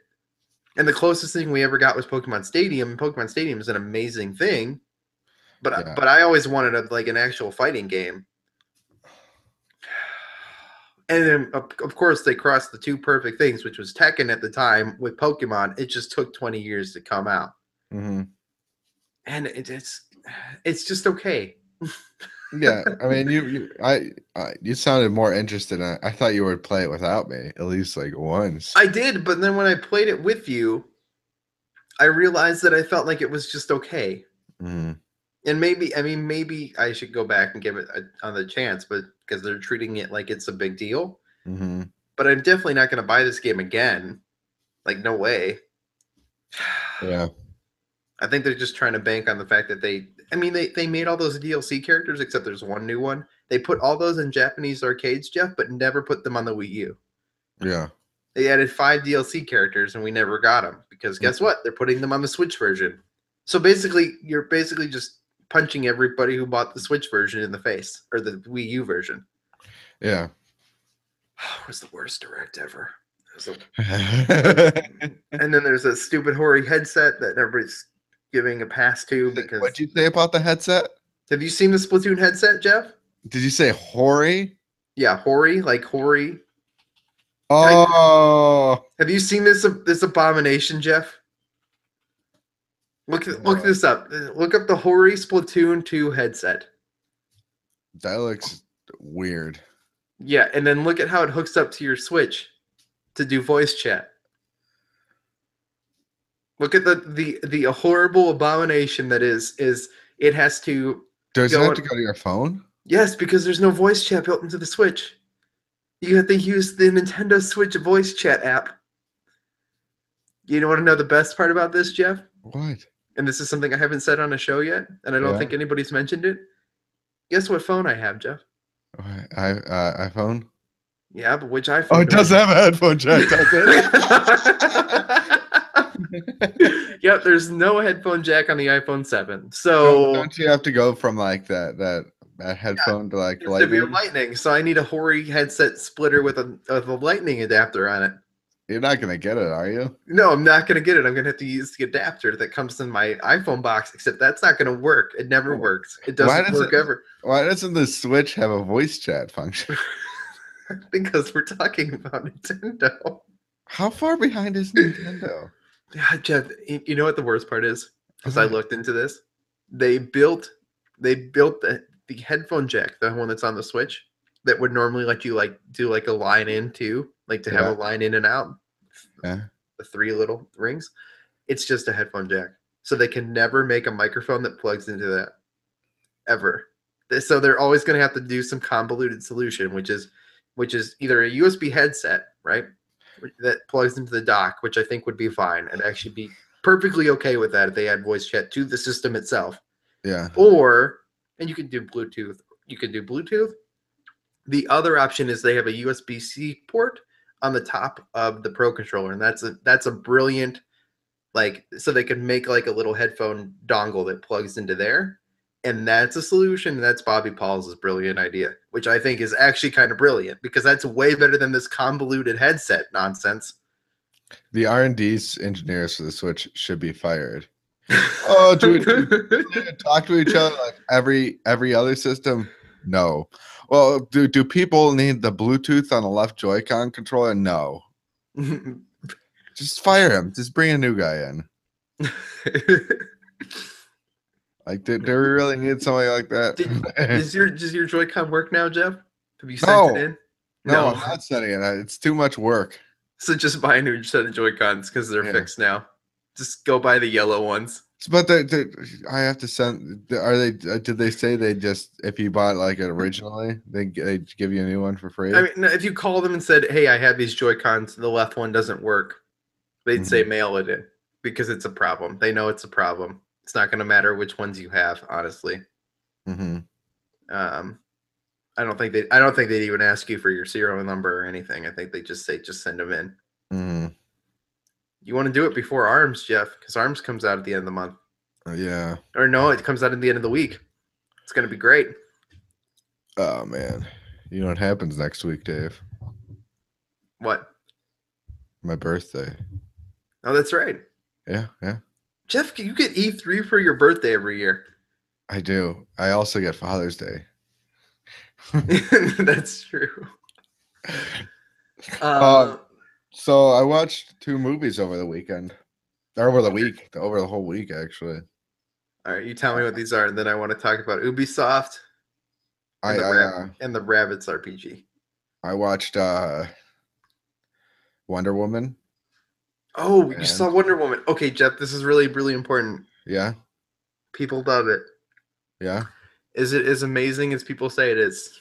[SPEAKER 1] And the closest thing we ever got was Pokemon Stadium. and Pokemon Stadium is an amazing thing, but I-
[SPEAKER 2] Yeah.
[SPEAKER 1] but I always wanted a, like an actual fighting game. And then of, of course they crossed the two perfect things, which was Tekken at the time with Pokemon. It just took twenty years to come out,
[SPEAKER 2] hmm
[SPEAKER 1] and it, it's it's just okay.
[SPEAKER 2] Yeah, I mean, you, you I, I, you sounded more interested. In, I thought you would play it without me at least like once.
[SPEAKER 1] I did, but then when I played it with you, I realized that I felt like it was just okay.
[SPEAKER 2] Mhm.
[SPEAKER 1] And maybe, I mean, maybe I should go back and give it a, another chance, but because they're treating it like it's a big deal.
[SPEAKER 2] Mhm.
[SPEAKER 1] But I'm definitely not going to buy this game again. Like, no way.
[SPEAKER 2] Yeah,
[SPEAKER 1] I think they're just trying to bank on the fact that they. I mean, they they made all those DLC characters except there's one new one. They put all those in Japanese arcades, Jeff, but never put them on the Wii U.
[SPEAKER 2] yeah.
[SPEAKER 1] They added five DLC characters and we never got them because guess
[SPEAKER 2] Mm-hmm.
[SPEAKER 1] what? They're putting them on the Switch version. So basically, you're basically just punching everybody who bought the Switch version in the face or the Wii U version.
[SPEAKER 2] Yeah.
[SPEAKER 1] it was the worst direct ever. It was the
[SPEAKER 2] What'd
[SPEAKER 1] and then there's that stupid hoary headset that everybody's giving a pass to because
[SPEAKER 2] you say about the headset?
[SPEAKER 1] have you seen the Splatoon headset, Jeff?
[SPEAKER 2] Did you say hoary?
[SPEAKER 1] Yeah, hoary, like hoary.
[SPEAKER 2] Oh,
[SPEAKER 1] Have you seen this this abomination, Jeff? Look look
[SPEAKER 2] No.
[SPEAKER 1] this up. Look up the hoary Splatoon 2 headset.
[SPEAKER 2] that looks weird.
[SPEAKER 1] Yeah, and then look at how it hooks up to your Switch to do voice chat. Look at the the the horrible abomination that is is it has to
[SPEAKER 2] Does it
[SPEAKER 1] Go
[SPEAKER 2] have
[SPEAKER 1] on.
[SPEAKER 2] to go to your phone?
[SPEAKER 1] Yes, because there's no voice chat built into the Switch. You have to use the Nintendo Switch voice chat app. You want to know the best part about this, Jeff?
[SPEAKER 2] What?
[SPEAKER 1] And this is something I haven't said on a show yet, and I don't
[SPEAKER 2] Yeah.
[SPEAKER 1] think anybody's mentioned it. Guess what phone I have, Jeff?
[SPEAKER 2] I uh, iPhone.
[SPEAKER 1] Yeah, but which iPhone?
[SPEAKER 2] Oh, it
[SPEAKER 1] do I
[SPEAKER 2] does have a headphone jack, does it?
[SPEAKER 1] have? yep, there's no headphone jack on the iPhone 7. So.
[SPEAKER 2] Don't- Don't you have to go from like that that that headphone to like
[SPEAKER 1] It's to be
[SPEAKER 2] lightning?
[SPEAKER 1] lightning, so I need a Hori headset splitter with a, with a lightning adapter on it.
[SPEAKER 2] You're not gonna get it, are you?
[SPEAKER 1] No, I'm not going to get it. I'm going to have to use the adapter that comes in my iPhone box, except that's not going to work. It never works. It
[SPEAKER 2] Oh, Why
[SPEAKER 1] doesn't
[SPEAKER 2] does
[SPEAKER 1] work
[SPEAKER 2] it-
[SPEAKER 1] ever
[SPEAKER 2] Why doesn't the Switch have a voice chat function?
[SPEAKER 1] because we're talking about Nintendo.
[SPEAKER 2] How far behind is Nintendo?
[SPEAKER 1] Yeah, Jeff, y- you know what the worst part is? As
[SPEAKER 2] Mm-hmm.
[SPEAKER 1] I looked into this, they built they built the, the headphone jack, the one that's on the Switch, that would normally let you like do like a line in too, like to have
[SPEAKER 2] Yeah.
[SPEAKER 1] a line in and out.
[SPEAKER 2] Yeah.
[SPEAKER 1] The three little rings. It's just a headphone jack. So they can never make a microphone that plugs into that. Ever. They- So they're always gonna have to do some convoluted solution, which is which is either a USB headset, right? which- That plugs into the dock, which I think would be fine. I'd actually be perfectly okay with that if they add voice chat to the system itself.
[SPEAKER 2] Yeah.
[SPEAKER 1] Or, and you can do Bluetooth. You can do Bluetooth. The other option is they have a USB C port on the top of the Pro controller, and that's a that's a brilliant, like so they could make like a little headphone dongle that plugs into there, and that's a solution. That's Bobby Paul's brilliant idea, which I think is actually kind of brilliant because that's way better than this convoluted headset nonsense.
[SPEAKER 2] The R and D engineers for the Switch should be fired. Oh, dude, They talk to each other like every every other system. No. Well, do do people need the Bluetooth on the left Joy-Con controller? No. Just fire him. Just bring a new guy in. Like, do, do we really need somebody like that?
[SPEAKER 1] Is your does your Joy-Con work now, Jeff? Have you sent
[SPEAKER 2] No.
[SPEAKER 1] it in?
[SPEAKER 2] no,
[SPEAKER 1] no.
[SPEAKER 2] I'm not sending it. out. It's too much work.
[SPEAKER 1] So just buy a new set of Joy-Cons because they're
[SPEAKER 2] Yeah.
[SPEAKER 1] fixed now. Just go buy the yellow ones.
[SPEAKER 2] But they, they, I have to send. Are they? uh, Did they say they just if you bought like it originally, they g- they give you a new one for free?
[SPEAKER 1] I mean, no, if you call them and said, "Hey, I have these Joy-Cons. The left one doesn't work," they'd say
[SPEAKER 2] Mm-hmm.
[SPEAKER 1] mail it in because it's a problem. They know it's a problem. It's not going to matter which ones you have, honestly.
[SPEAKER 2] Mhm.
[SPEAKER 1] Um, I don't think they. I don't think they'd even ask you for your serial number or anything. I think they just say, "Just send them in."
[SPEAKER 2] Mhm.
[SPEAKER 1] You want to do it before Arms, Jeff, because Arms comes out at the end of the month.
[SPEAKER 2] Yeah.
[SPEAKER 1] Or no, it comes out at the end of the week. It's going to be great.
[SPEAKER 2] Oh man, you know what happens next week, Dave?
[SPEAKER 1] What?
[SPEAKER 2] My birthday.
[SPEAKER 1] Oh, that's right.
[SPEAKER 2] Yeah, yeah.
[SPEAKER 1] Jeff, can you get E3 for your birthday every year?
[SPEAKER 2] I do. I also get Father's Day.
[SPEAKER 1] That's true. Um, Uh,
[SPEAKER 2] Uh, So I watched two movies over the weekend, or over the week, over the whole week actually.
[SPEAKER 1] All right, you tell me what these are, and then I want to talk about Ubisoft
[SPEAKER 2] I
[SPEAKER 1] and, the,
[SPEAKER 2] I,
[SPEAKER 1] Rab-
[SPEAKER 2] uh,
[SPEAKER 1] and the Rabbits RPG.
[SPEAKER 2] I watched uh, Wonder Woman.
[SPEAKER 1] Oh, you
[SPEAKER 2] And-
[SPEAKER 1] saw Wonder Woman. Okay, Jeff, this is really, really important.
[SPEAKER 2] Yeah,
[SPEAKER 1] People love it.
[SPEAKER 2] yeah.
[SPEAKER 1] Is it as amazing as people say it is?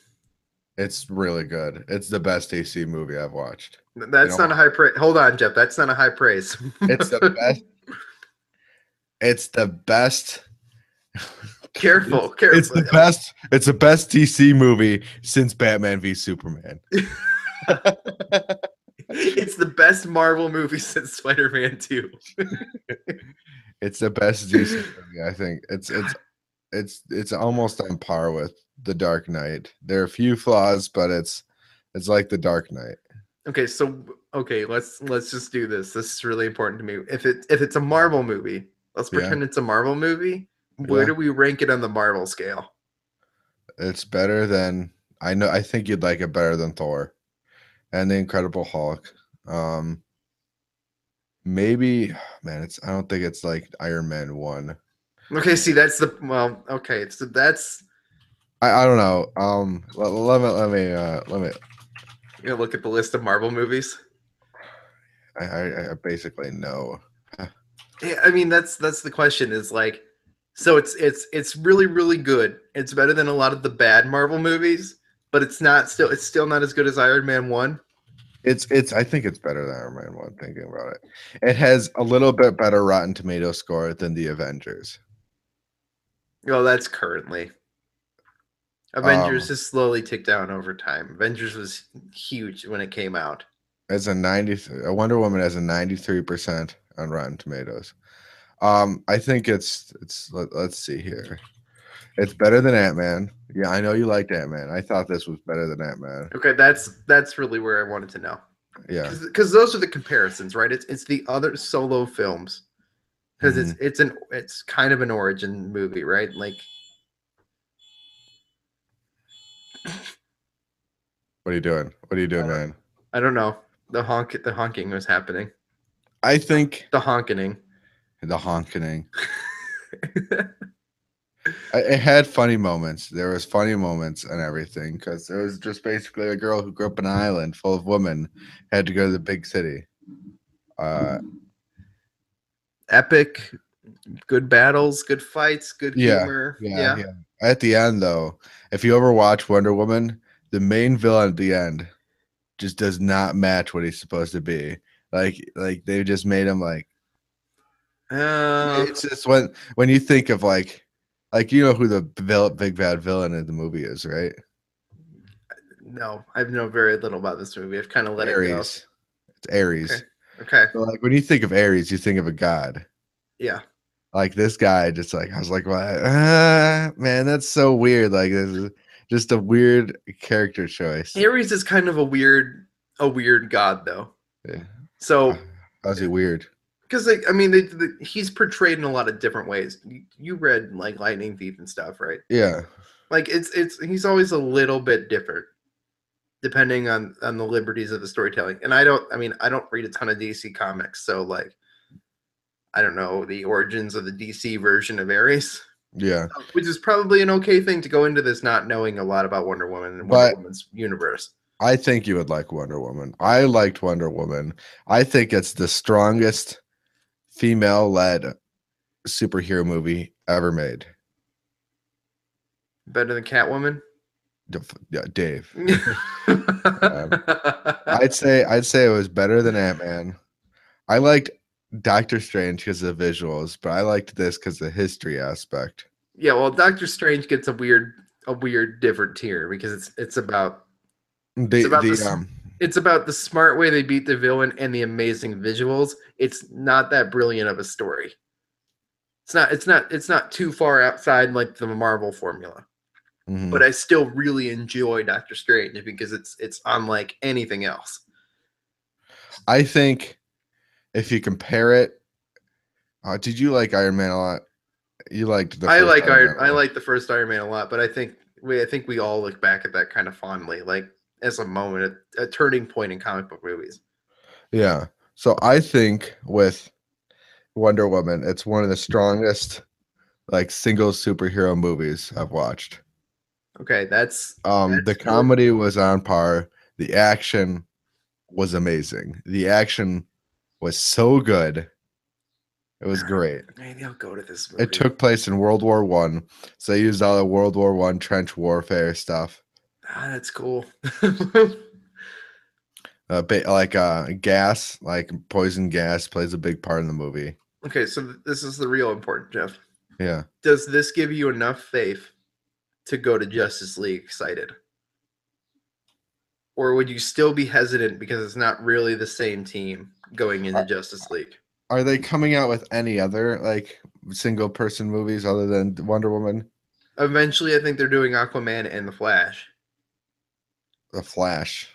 [SPEAKER 2] It's really good. It's the best AC movie I've watched.
[SPEAKER 1] Th- That's
[SPEAKER 2] know-
[SPEAKER 1] not a high praise. Hold on, Jeff. That's not a high praise.
[SPEAKER 2] It's the best. It's the best.
[SPEAKER 1] careful, careful.
[SPEAKER 2] It's the best. It's the best DC movie since Batman v Superman.
[SPEAKER 1] It's the best Marvel movie since Spider Man 2.
[SPEAKER 2] It's the best DC movie. I think it's it's it's it's almost on par with The Dark Knight. There are a few flaws, but it's it's like The Dark Knight.
[SPEAKER 1] Okay, so okay, let's let's just do this. This is really important to me. If it if it's a Marvel movie, let's
[SPEAKER 2] Yeah.
[SPEAKER 1] pretend it's a Marvel movie. Where
[SPEAKER 2] Yeah.
[SPEAKER 1] do we rank it on the Marvel scale?
[SPEAKER 2] It's better than I know. I think you'd like it better than Thor and the Incredible Hulk. Um, maybe man, it's I don't think it's like Iron Man one.
[SPEAKER 1] Okay, see that's the well, okay, so that's
[SPEAKER 2] I, I don't know. Um, let, let me let me uh, let me.
[SPEAKER 1] you know, look at the list of Marvel movies.
[SPEAKER 2] I, I, I basically know.
[SPEAKER 1] Yeah, I mean that's that's the question is like so it's it's it's really really good. It's better than a lot of the bad Marvel movies, but it's not still it's still not as good as Iron Man 1.
[SPEAKER 2] It's it's I think it's better than Iron Man one. Thinking about it, it has a little bit better Rotten Tomato score than the Avengers.
[SPEAKER 1] Oh, that's currently. Avengers
[SPEAKER 2] Um,
[SPEAKER 1] has slowly ticked down over time. Avengers was huge when it came out.
[SPEAKER 2] As a ninety, a Wonder Woman has a ninety three percent on Rotten Tomatoes. Um, I think it's it's let, let's see here. It's better than Ant Man. Yeah, I know you liked Ant Man. I thought this was better than Ant Man.
[SPEAKER 1] Okay, that's that's really where I wanted to know
[SPEAKER 2] Yeah,
[SPEAKER 1] because those are the comparisons, right? It's it's the other solo films because it's
[SPEAKER 2] Mm-hmm.
[SPEAKER 1] it's an it's kind of an origin movie, right? Like
[SPEAKER 2] what are you doing? What are you doing,
[SPEAKER 1] I don't-
[SPEAKER 2] man?
[SPEAKER 1] I don't know the honk the honking was happening
[SPEAKER 2] I think
[SPEAKER 1] the honking.
[SPEAKER 2] the honking. I- it had funny moments. There was funny moments and everything because there was just basically a girl who grew up on an island full of women had to go to the big city. Uh,
[SPEAKER 1] Epic, good battles, good fights, good
[SPEAKER 2] Yeah,
[SPEAKER 1] humor.
[SPEAKER 2] yeah, yeah, At the end, though, if you ever watch Wonder Woman, the main villain at the end just does not match what he's supposed to be. Like, like they just made him like
[SPEAKER 1] Uh,
[SPEAKER 2] it's just when when you think of like, like you know who the vil- big bad villain in the movie is, right?
[SPEAKER 1] no, I know very little about this movie. I've kind of let it
[SPEAKER 2] Ares. It's Ares.
[SPEAKER 1] go. Okay.
[SPEAKER 2] So, like when you think of Ares, you think of a god.
[SPEAKER 1] Yeah.
[SPEAKER 2] Like this guy, just like I was like, well, ah, man, that's so weird. Like this is just a weird character choice.
[SPEAKER 1] Ares is kind of a weird, a weird god though.
[SPEAKER 2] Yeah.
[SPEAKER 1] So,
[SPEAKER 2] Ah, How's he weird?
[SPEAKER 1] because I mean, they, the he's portrayed in a lot of different ways. You, you read like Lightning Thief and stuff, right?
[SPEAKER 2] Yeah,
[SPEAKER 1] Like it's it's he's always a little bit different, depending on on the liberties of the storytelling. And I don't, I mean, I don't read a ton of DC comics, so like, I don't know the origins of the DC version of Ares,
[SPEAKER 2] yeah.
[SPEAKER 1] which is probably an okay thing to go into this not knowing a lot about Wonder Woman and Wonder
[SPEAKER 2] But-
[SPEAKER 1] Woman's universe.
[SPEAKER 2] I think you would like Wonder Woman. I liked Wonder Woman. I think it's the strongest female-led superhero movie ever made.
[SPEAKER 1] Better than Catwoman.
[SPEAKER 2] Def- yeah, Dave.
[SPEAKER 1] I,
[SPEAKER 2] I'd say I'd say it was better than Ant Man. I liked Doctor Strange because of the visuals, but I liked this because the history aspect.
[SPEAKER 1] yeah, well, Doctor Strange gets a weird, a weird different tier because it's it's about
[SPEAKER 2] The,
[SPEAKER 1] about
[SPEAKER 2] the,
[SPEAKER 1] the s-
[SPEAKER 2] um,
[SPEAKER 1] it's about the smart way they beat the villain and the amazing visuals. It's not that brilliant of a story. It's not it's not it's not too far outside like the Marvel formula.
[SPEAKER 2] mhm.
[SPEAKER 1] But I still really enjoy Doctor Strange because it's it's unlike anything else.
[SPEAKER 2] I think if you compare it, uh, did you like Iron Man a lot? You liked the.
[SPEAKER 1] I
[SPEAKER 2] first
[SPEAKER 1] like Iron,
[SPEAKER 2] Man
[SPEAKER 1] I
[SPEAKER 2] one.
[SPEAKER 1] like the first Iron Man a lot, but I think we I think we all look back at that kind of fondly, like as a moment, a, a turning point in comic book movies.
[SPEAKER 2] Yeah. So I think with Wonder Woman, it's one of the strongest like single superhero movies I've watched.
[SPEAKER 1] Okay, that's
[SPEAKER 2] Um,
[SPEAKER 1] That's
[SPEAKER 2] the
[SPEAKER 1] good.
[SPEAKER 2] comedy was on par. The action was amazing. The action was so good. It was great.
[SPEAKER 1] maybe I'll go to this movie.
[SPEAKER 2] It took place in World War One, so they used all the World War One trench warfare stuff,
[SPEAKER 1] ah, that's cool.
[SPEAKER 2] uh, ba- like uh, gas, like poison gas, plays a big part in the movie.
[SPEAKER 1] okay, so th- this is the real important, Jeff.
[SPEAKER 2] Yeah,
[SPEAKER 1] Does this give you enough faith to go to Justice League excited? Or would you still be hesitant because it's not really the same team going into
[SPEAKER 2] Uh,
[SPEAKER 1] Justice League?
[SPEAKER 2] are they coming out with any other like single person movies other than Wonder Woman,
[SPEAKER 1] Eventually, I think they're doing Aquaman and the Flash.
[SPEAKER 2] The Flash?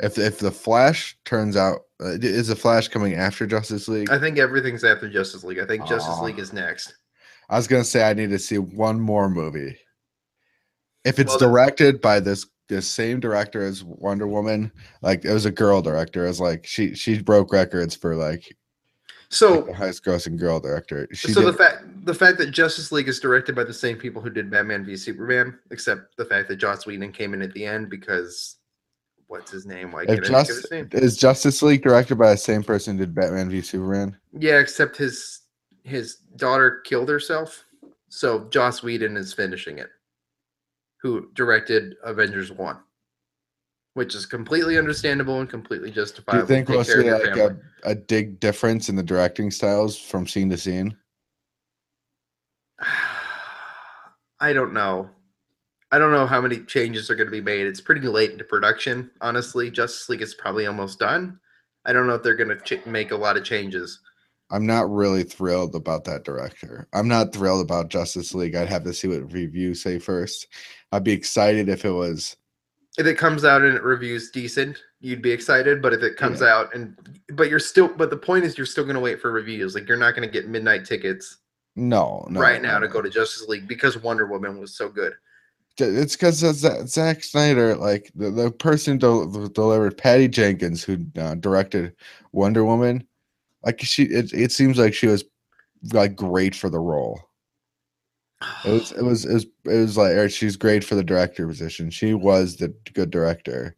[SPEAKER 2] If if the Flash turns out, uh, d- is the Flash coming after Justice League?
[SPEAKER 1] I think everything's after Justice League. I think Justice
[SPEAKER 2] Aw.
[SPEAKER 1] League is next.
[SPEAKER 2] I was gonna say I need to see one more movie. If it's
[SPEAKER 1] Well, that-
[SPEAKER 2] directed by this this same director as Wonder Woman, like it was a girl director, it was like she she broke records for like, like
[SPEAKER 1] So,
[SPEAKER 2] the highest grossing girl director. She
[SPEAKER 1] so the
[SPEAKER 2] did,
[SPEAKER 1] fact the fact that Justice League is directed by the same people who did Batman v Superman, except the fact that Joss Whedon came in at the end because what's his name? Why
[SPEAKER 2] if
[SPEAKER 1] can't I think of
[SPEAKER 2] just
[SPEAKER 1] his name?
[SPEAKER 2] is Justice League directed by the same person who did Batman v Superman?
[SPEAKER 1] Yeah, except his his daughter killed herself, so Joss Whedon is finishing it. Who directed Avengers One, which is completely understandable and completely
[SPEAKER 2] Do
[SPEAKER 1] justifiable.
[SPEAKER 2] you think
[SPEAKER 1] Take
[SPEAKER 2] we'll
[SPEAKER 1] care of
[SPEAKER 2] see
[SPEAKER 1] your
[SPEAKER 2] like uh,
[SPEAKER 1] family.
[SPEAKER 2] a, a big difference in the directing styles from scene to scene?
[SPEAKER 1] I don't know. I don't know how many changes are going to be made. It's pretty late into production, honestly. Justice League is probably almost done. I don't know if they're going to ch- make a lot of changes.
[SPEAKER 2] I'm not really thrilled about that director. I'm not thrilled about Justice League. I'd have to see what reviews say first. I'd be excited if it was
[SPEAKER 1] If it comes out and it reviews decent, you'd be excited. But if it comes out and but you're still but the point is you're still going to wait for reviews. Like you're not going to get midnight tickets
[SPEAKER 2] no, no
[SPEAKER 1] right now
[SPEAKER 2] no,
[SPEAKER 1] to go to Justice League because Wonder Woman was so good.
[SPEAKER 2] no. Ju- It's because Zack Snyder, like the, the person del- who delivered Patty Jenkins, who uh, directed Wonder Woman, like she, it, it seems like she was like great for the role. It was, it was, it was, it was like, or she's great for the director position. She was the good director.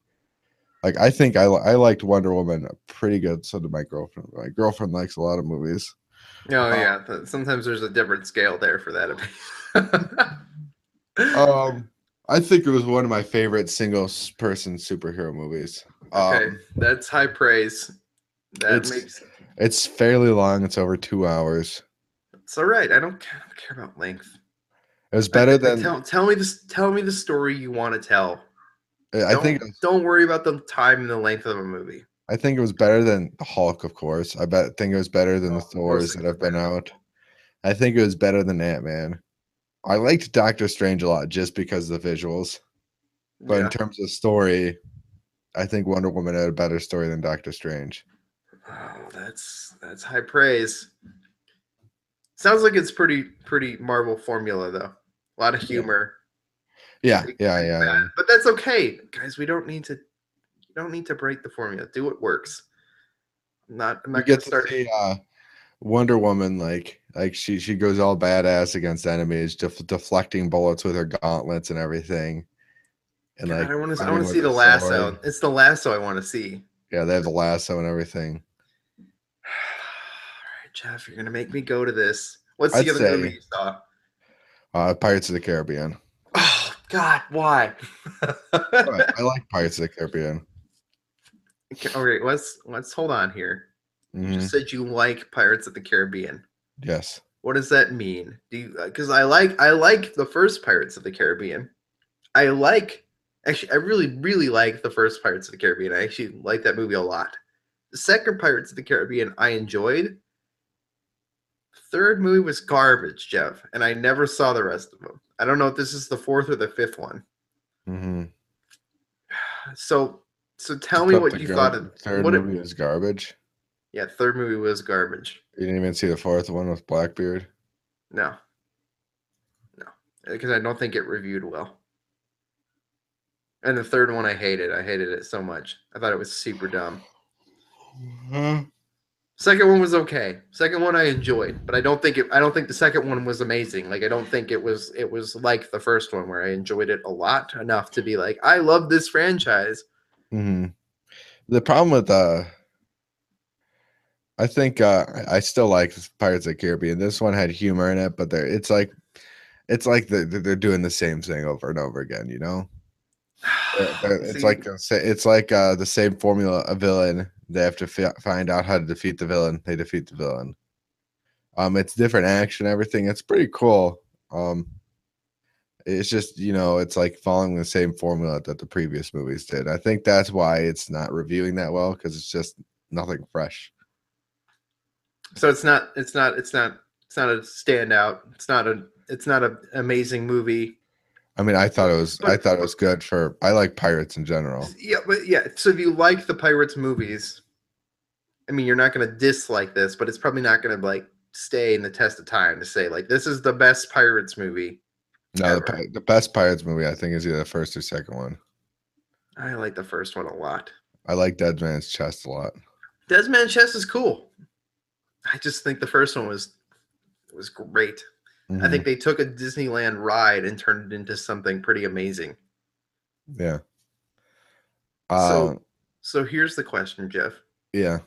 [SPEAKER 2] Like, I think I, li- I liked Wonder Woman pretty good. So did my girlfriend. My girlfriend likes a lot of movies.
[SPEAKER 1] Oh yeah, th- sometimes there's a different scale there for that. opinion.
[SPEAKER 2] Um, I think it was one of my favorite single s- person superhero movies. Um,
[SPEAKER 1] Okay, that's high praise. That
[SPEAKER 2] it's-
[SPEAKER 1] makes
[SPEAKER 2] It's fairly long. It's over two hours.
[SPEAKER 1] it's all right. I don't, ca- I don't care about length.
[SPEAKER 2] It was
[SPEAKER 1] I-
[SPEAKER 2] better
[SPEAKER 1] I-
[SPEAKER 2] than.
[SPEAKER 1] tell, tell me this. Tell me the story you want to tell.
[SPEAKER 2] I think.
[SPEAKER 1] Don't- don't worry about the time and the length of a movie.
[SPEAKER 2] I think it was better than the Hulk, of course. I bet think it was better than
[SPEAKER 1] Oh,
[SPEAKER 2] the
[SPEAKER 1] of course
[SPEAKER 2] Thors
[SPEAKER 1] it
[SPEAKER 2] that
[SPEAKER 1] was
[SPEAKER 2] have been
[SPEAKER 1] better.
[SPEAKER 2] out. I think it was better than Ant Man. I liked Doctor Strange a lot just because of the visuals, but in
[SPEAKER 1] Yeah.
[SPEAKER 2] terms of story, I think Wonder Woman had a better story than Doctor Strange.
[SPEAKER 1] Oh, that's that's high praise. Sounds like it's pretty pretty Marvel formula though. A lot of
[SPEAKER 2] Yeah.
[SPEAKER 1] humor.
[SPEAKER 2] Yeah,
[SPEAKER 1] Big
[SPEAKER 2] yeah,
[SPEAKER 1] thing
[SPEAKER 2] yeah.
[SPEAKER 1] bad, But that's okay, guys. We don't need to. You don't need to break the formula. Do what works. I'm not. I'm
[SPEAKER 2] we
[SPEAKER 1] not gonna
[SPEAKER 2] get to
[SPEAKER 1] start.
[SPEAKER 2] see uh, Wonder Woman like like she she goes all badass against enemies, def- deflecting bullets with her gauntlets and everything. And
[SPEAKER 1] God,
[SPEAKER 2] like
[SPEAKER 1] I want to. I
[SPEAKER 2] fighting
[SPEAKER 1] want to
[SPEAKER 2] with
[SPEAKER 1] see
[SPEAKER 2] her
[SPEAKER 1] the lasso.
[SPEAKER 2] sword.
[SPEAKER 1] It's the lasso I want to see.
[SPEAKER 2] Yeah, they have the lasso and everything.
[SPEAKER 1] All right, Jeff, you're gonna make me go to this. What's
[SPEAKER 2] I'd
[SPEAKER 1] the other
[SPEAKER 2] say-
[SPEAKER 1] movie you saw?
[SPEAKER 2] Uh, Pirates of the Caribbean.
[SPEAKER 1] Oh God, why?
[SPEAKER 2] But I like Pirates of the Caribbean.
[SPEAKER 1] Okay, all right, let's let's hold on here. You
[SPEAKER 2] Mhm,
[SPEAKER 1] said you like Pirates of the Caribbean.
[SPEAKER 2] Yes,
[SPEAKER 1] What does that mean? Do you because I like I like the first Pirates of the Caribbean. I like actually I really really like the first Pirates of the Caribbean. I actually like that movie a lot. The second Pirates of the Caribbean I enjoyed. Third movie was garbage, Jeff, and I never saw the rest of them. I don't know if this is the fourth or the fifth one.
[SPEAKER 2] Mhm.
[SPEAKER 1] So so tell me
[SPEAKER 2] Thought
[SPEAKER 1] what
[SPEAKER 2] the
[SPEAKER 1] you
[SPEAKER 2] gar-
[SPEAKER 1] thought of
[SPEAKER 2] third
[SPEAKER 1] what it-
[SPEAKER 2] movie was garbage.
[SPEAKER 1] yeah, third movie was garbage.
[SPEAKER 2] You didn't even see the fourth one with Blackbeard.
[SPEAKER 1] No. No. Because I don't think it reviewed well. And the third one I hated. I hated it so much. I thought it was super dumb.
[SPEAKER 2] Huh?
[SPEAKER 1] Second one was okay. Second one I enjoyed, but I don't think it. I don't think the second one was amazing. Like I don't think it was. It was like the first one where I enjoyed it a lot enough to be like, I love this franchise.
[SPEAKER 2] hmm The problem with uh, I think uh, I still like Pirates of the Caribbean. This one had humor in it, but they're it's like, it's like they're, they're doing the same thing over and over again. You know, They're- they're- it's
[SPEAKER 1] See,
[SPEAKER 2] like the sa- it's like uh, the same formula. A villain. They have to fi- find out how to defeat the villain. They defeat the villain. Um, it's different action, everything. It's pretty cool. Um, it's just you know, it's like following the same formula that the previous movies did. I think that's why it's not reviewing that well because it's just nothing fresh.
[SPEAKER 1] so it's not. It's not. It's not. It's not a standout. It's not a. It's not an amazing movie.
[SPEAKER 2] I mean, I thought it was. I
[SPEAKER 1] But-
[SPEAKER 2] thought it was good for. I like pirates in general.
[SPEAKER 1] Yeah, but yeah. So if you like the Pirates movies, I mean, you're not going to dislike this, but it's probably not going to like stay in the test of time to say like this is the best Pirates movie.
[SPEAKER 2] No, the,
[SPEAKER 1] Ever.
[SPEAKER 2] pi- the best pirates movie I think is either the first or second one.
[SPEAKER 1] I like the first one a lot.
[SPEAKER 2] I like Dead Man's Chest a lot.
[SPEAKER 1] Desmond Chess is cool. I just think the first one was was great. I
[SPEAKER 2] Mhm.
[SPEAKER 1] think they took a Disneyland ride and turned it into something pretty amazing.
[SPEAKER 2] Yeah.
[SPEAKER 1] So-
[SPEAKER 2] Uh,
[SPEAKER 1] So here's the question, Jeff.
[SPEAKER 2] yeah.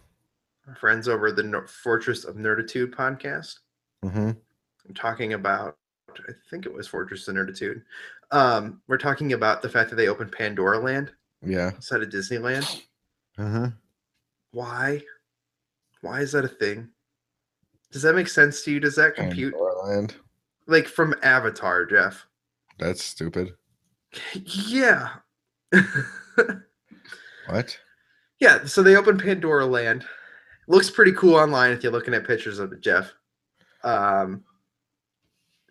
[SPEAKER 1] Our friends over at the Nor- Fortress of Nerditude podcast.
[SPEAKER 2] hmm
[SPEAKER 1] I'm talking about. I think it was Fortress of Nerditude. Um, we're talking about the fact that they opened Pandora Land
[SPEAKER 2] Yeah.
[SPEAKER 1] instead of Disneyland.
[SPEAKER 2] Uh-huh.
[SPEAKER 1] Why? Why is that a thing? Does that make sense to you? Does that compute?
[SPEAKER 2] Pandora Land.
[SPEAKER 1] Like from Avatar, Jeff.
[SPEAKER 2] That's stupid.
[SPEAKER 1] Yeah.
[SPEAKER 2] What?
[SPEAKER 1] yeah, so they opened Pandora Land. Looks pretty cool online if you're looking at pictures of it, Jeff. Um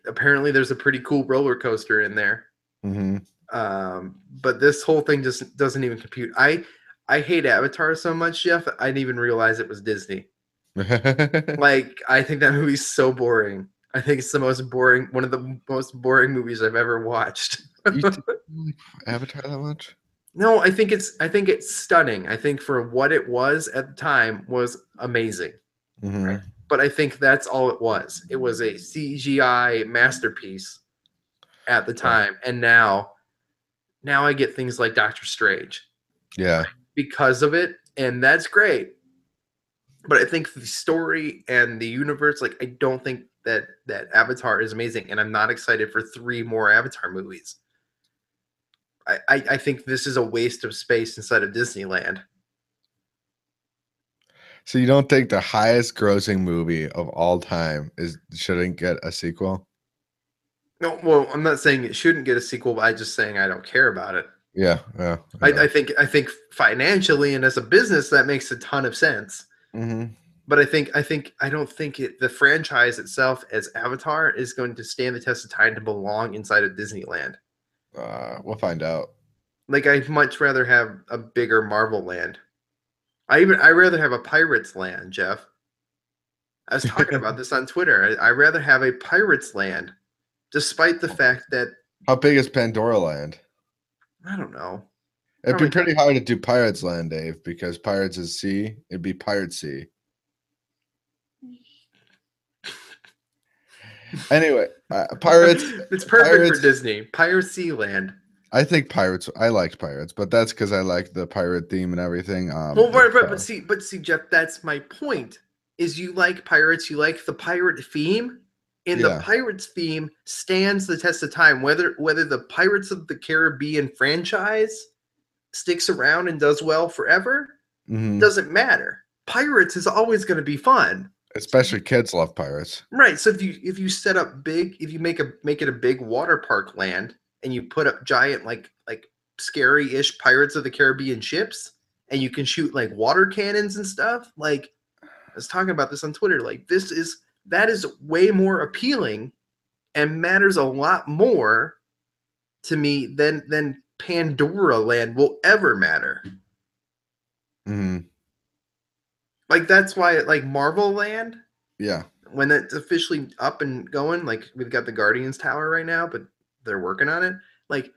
[SPEAKER 1] apparently there's a pretty cool roller coaster in there.
[SPEAKER 2] Mm-hmm.
[SPEAKER 1] Um but this whole thing just doesn't even compute. I I hate Avatar so much, Jeff, that I didn't even realize it was Disney. Like I think that movie's so boring. I think it's the most boring one of the most boring movies I've ever watched.
[SPEAKER 2] Avatar that much?
[SPEAKER 1] No, I think it's I think it's stunning. I think for what it was at the time was amazing.
[SPEAKER 2] hmm
[SPEAKER 1] But I think that's all it was. It was a CGI masterpiece at the time. And now now I get things like Doctor Strange
[SPEAKER 2] Yeah.
[SPEAKER 1] because of it, and that's great. But I think the story and the universe, like I don't think that that Avatar is amazing, and I'm not excited for three more Avatar movies. I I, I think this is a waste of space inside of Disneyland.
[SPEAKER 2] So you don't think the highest grossing movie of all time is shouldn't get a sequel?
[SPEAKER 1] No, well, I'm not saying it shouldn't get a sequel, but I'm just saying I don't care about it.
[SPEAKER 2] Yeah. Yeah.
[SPEAKER 1] I, I think I think financially and as a business that makes a ton of sense.
[SPEAKER 2] hmm
[SPEAKER 1] but I think I think I don't think it, the franchise itself as Avatar is going to stand the test of time to belong inside of Disneyland.
[SPEAKER 2] uh, we'll find out.
[SPEAKER 1] Like I'd much rather have a bigger Marvel land. I even I rather have a Pirates land, Jeff. I was talking about this on Twitter. I, I rather have a Pirates land, despite
[SPEAKER 2] Oh.
[SPEAKER 1] the fact that
[SPEAKER 2] How big is Pandora Land?
[SPEAKER 1] I don't know.
[SPEAKER 2] It'd
[SPEAKER 1] Probably-
[SPEAKER 2] be pretty hard to do Pirates Land, Dave, because Pirates is sea. It'd be Pirate Sea. Anyway, uh, Pirates.
[SPEAKER 1] it's perfect
[SPEAKER 2] Pirates-
[SPEAKER 1] for Disney. Piracy land.
[SPEAKER 2] I think Pirates. I liked Pirates, but that's because I like the pirate theme and everything. Um,
[SPEAKER 1] well, but,
[SPEAKER 2] and
[SPEAKER 1] but, but
[SPEAKER 2] so-
[SPEAKER 1] see, but see, Jeff, that's my point. Is you like pirates, you like the pirate theme, and
[SPEAKER 2] Yeah.
[SPEAKER 1] the pirates theme stands the test of time. Whether whether the Pirates of the Caribbean franchise sticks around and does well forever
[SPEAKER 2] Mhm.
[SPEAKER 1] doesn't matter. Pirates is always going to be fun,
[SPEAKER 2] especially kids love pirates.
[SPEAKER 1] right? So if you if you set up big, if you make a make it a big water park land, and you put up giant like like scary ish Pirates of the Caribbean ships, and you can shoot like water cannons and stuff. Like I was talking about this on Twitter. Like this is that is way more appealing and matters a lot more to me than than Pandora Land will ever matter.
[SPEAKER 2] hmm
[SPEAKER 1] Like that's why like Marvel Land
[SPEAKER 2] Yeah,
[SPEAKER 1] when that's officially up and going, like we've got the Guardians Tower right now, but they're working on it. Like,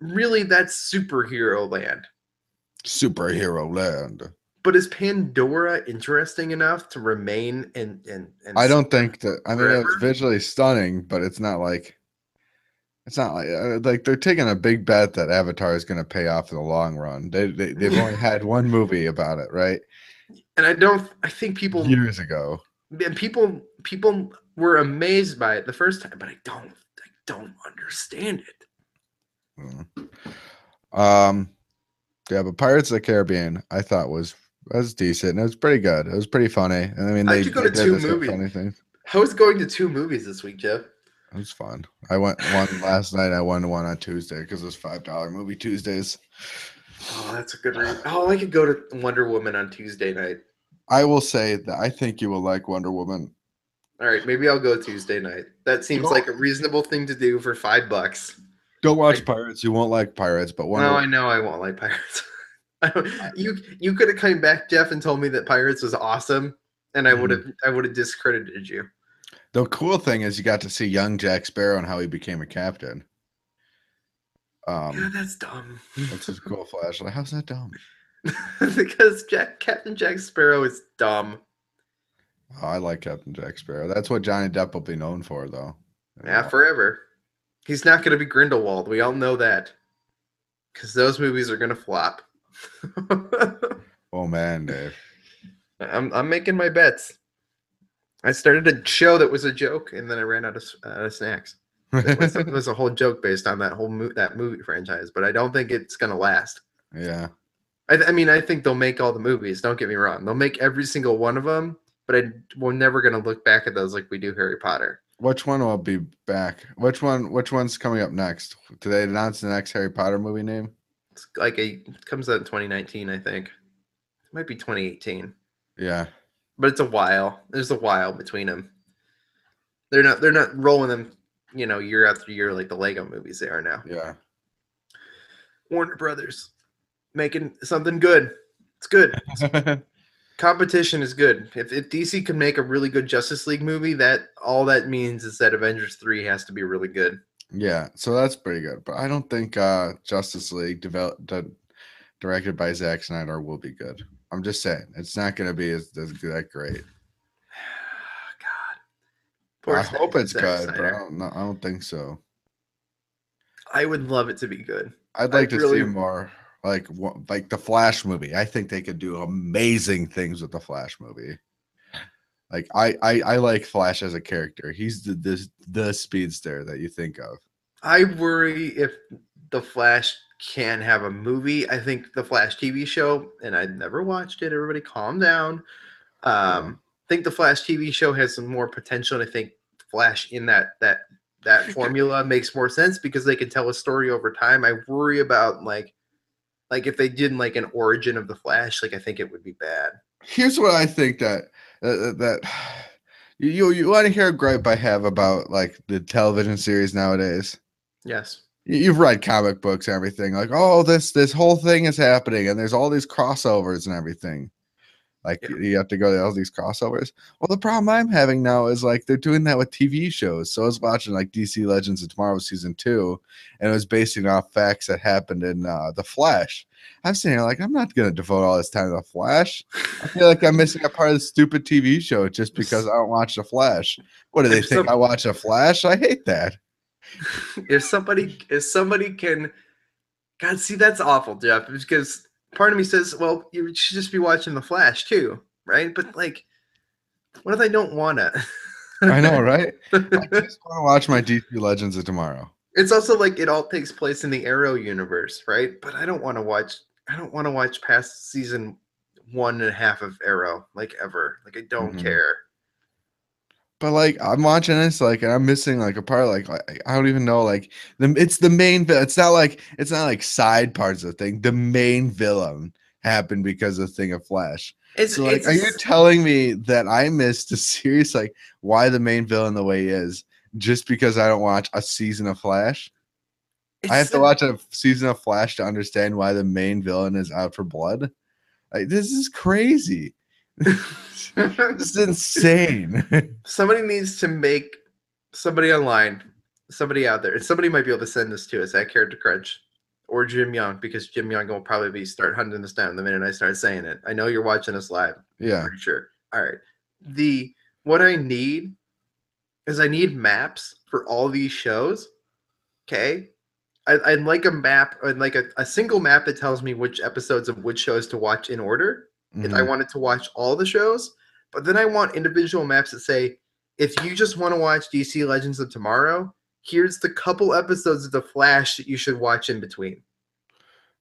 [SPEAKER 1] really, that's superhero land.
[SPEAKER 2] superhero land.
[SPEAKER 1] But is Pandora interesting enough to remain and and, and
[SPEAKER 2] I don't think that. I mean,
[SPEAKER 1] Forever?
[SPEAKER 2] it's visually stunning, but it's not like it's not like uh, like they're taking a big bet that Avatar is going to pay off in the long run. They, they they've only had one movie about it, right?
[SPEAKER 1] and I don't I think people
[SPEAKER 2] Years ago.
[SPEAKER 1] and people people were amazed by it the first time, but I don't I don't understand it.
[SPEAKER 2] Mm. Um, yeah, but Pirates of the Caribbean, I thought was was decent. It was pretty good. It was pretty funny. And I mean,
[SPEAKER 1] I
[SPEAKER 2] they,
[SPEAKER 1] could go
[SPEAKER 2] they
[SPEAKER 1] to
[SPEAKER 2] did
[SPEAKER 1] two
[SPEAKER 2] this good
[SPEAKER 1] movies.
[SPEAKER 2] funny thing.
[SPEAKER 1] I was going to two movies this week, Jeff.
[SPEAKER 2] It was fun. I went one last night. I went to one on Tuesday because it's five dollar movie Tuesdays.
[SPEAKER 1] Oh, that's a good read. Oh, I could go to Wonder Woman on Tuesday night.
[SPEAKER 2] I will say that I think you will like Wonder Woman.
[SPEAKER 1] All right, maybe I'll go Tuesday night. That seems
[SPEAKER 2] Cool.
[SPEAKER 1] like a reasonable thing to do for five bucks.
[SPEAKER 2] Don't watch
[SPEAKER 1] I-
[SPEAKER 2] Pirates. You won't like Pirates, but Wonder
[SPEAKER 1] No, I know I won't like Pirates. I don't- you you could have come back, Jeff, and told me that Pirates was awesome, and
[SPEAKER 2] Mm-hmm.
[SPEAKER 1] I would have I would have discredited you.
[SPEAKER 2] the cool thing is you got to see young Jack Sparrow and how he became a captain.
[SPEAKER 1] yeah,
[SPEAKER 2] Um,
[SPEAKER 1] that's dumb.
[SPEAKER 2] which is a cool flashlight. How's that dumb?
[SPEAKER 1] because Jack Captain Jack Sparrow is dumb.
[SPEAKER 2] Oh, I like Captain Jack Sparrow. That's what Johnny Depp will be known for, though.
[SPEAKER 1] Yeah, forever. He's not going to be Grindelwald. We all know that. Because those movies are going to flop.
[SPEAKER 2] oh man, Dave.
[SPEAKER 1] I'm, I'm making my bets. I started a show that was a joke, and then I ran out of, s- out of snacks. It was, it was a whole joke based on that whole mo- that movie franchise, but I don't think it's going to last.
[SPEAKER 2] yeah,
[SPEAKER 1] I, th- I mean, I think they'll make all the movies. Don't get me wrong; they'll make every single one of them. But I, we're never going to look back at those like we do Harry Potter.
[SPEAKER 2] which one will be back? Which one? Which one's coming up next? Did they announce the next Harry Potter movie name?
[SPEAKER 1] It's like a it comes out in 2019, I think. It might be 2018.
[SPEAKER 2] Yeah,
[SPEAKER 1] but it's a while. There's a while between them. They're not they're not rolling them, you know, year after year like the Lego movies they are now.
[SPEAKER 2] yeah.
[SPEAKER 1] Warner Brothers making something good. It's good. Competition is good. If, if DC can make a really good Justice League movie, that all that means is that Avengers 3 has to be really good.
[SPEAKER 2] yeah, so that's pretty good. But I don't think uh Justice League developed directed by Zack Snyder will be good. I'm just saying it's not going to be as, as that great.
[SPEAKER 1] God.
[SPEAKER 2] I
[SPEAKER 1] Zack-
[SPEAKER 2] hope it's
[SPEAKER 1] Zack
[SPEAKER 2] good, but I
[SPEAKER 1] Snyder.
[SPEAKER 2] don't know. I don't think so.
[SPEAKER 1] I would love it to be good.
[SPEAKER 2] I'd
[SPEAKER 1] I
[SPEAKER 2] like to
[SPEAKER 1] really-
[SPEAKER 2] see more like wha- like the Flash movie. I think they could do amazing things with the Flash movie. Like I I, I like Flash as a character. He's the, the the speedster that you think of.
[SPEAKER 1] I worry if the Flash can have a movie. I think the Flash TV show, and I've never watched it. Everybody, calm down. Um, think the Flash TV show has some more potential, and I think Flash in that that that formula makes more sense because they can tell a story over time. I worry about like like if they did like an origin of the Flash, like I think it would be bad.
[SPEAKER 2] Here's what I think that uh, that you you, you want to hear a gripe I have about like the television series nowadays.
[SPEAKER 1] Yes.
[SPEAKER 2] you- you've read comic books and everything like oh this this whole thing is happening and there's all these crossovers and everything like
[SPEAKER 1] Yeah.
[SPEAKER 2] you- you have to go to all these crossovers well the problem i'm having now is like they're doing that with tv shows so i was watching like dc legends of tomorrow season two and it was basing off facts that happened in uh, the flash i'm sitting here like i'm not going to devote all this time to the flash i feel like i'm missing a part of the stupid tv show just because i don't watch the flash what do they
[SPEAKER 1] There's
[SPEAKER 2] think
[SPEAKER 1] some-
[SPEAKER 2] i watch the flash i hate that
[SPEAKER 1] if somebody if somebody can god see that's awful jeff because part of me says well you should just be watching the flash too right but like what if i don't wanna
[SPEAKER 2] i know right I just want to watch my DC Legends of Tomorrow.
[SPEAKER 1] it's also like it all takes place in the arrow universe right but i don't want to watch i don't want to watch past season one and a half of arrow like ever like i don't
[SPEAKER 2] Mhm.
[SPEAKER 1] care
[SPEAKER 2] But like I'm watching this, like, and I'm missing like a part. Like, like, I don't even know. Like, the it's the main. vi- It's not like it's not like side parts of the thing. The main villain happened because of the thing of Flash.
[SPEAKER 1] it's,
[SPEAKER 2] So like,
[SPEAKER 1] it's
[SPEAKER 2] are you telling me that I missed a series? Like, why the main villain the way he is just because I don't watch a season of Flash? I have
[SPEAKER 1] it's
[SPEAKER 2] to
[SPEAKER 1] a-
[SPEAKER 2] watch a season of Flash to understand why the main villain is out for blood. Like, this is crazy. This is insane.
[SPEAKER 1] somebody needs to make somebody online, somebody out there, and somebody might be able to send this to us at Character Crunch or Jim Young because Jim Young will probably be start hunting this down the minute I start saying it. I know you're watching us live.
[SPEAKER 2] Yeah.
[SPEAKER 1] Pretty sure. All right. The what I need is I need maps for all these shows. Okay. I, I'd like a map, I'd like a, a single map that tells me which episodes of which shows to watch in order. If I
[SPEAKER 2] Mhm.
[SPEAKER 1] wanted to watch all the shows, but then I want individual maps that say, if you just want to watch DC Legends of Tomorrow, here's the couple episodes of The Flash that you should watch in between.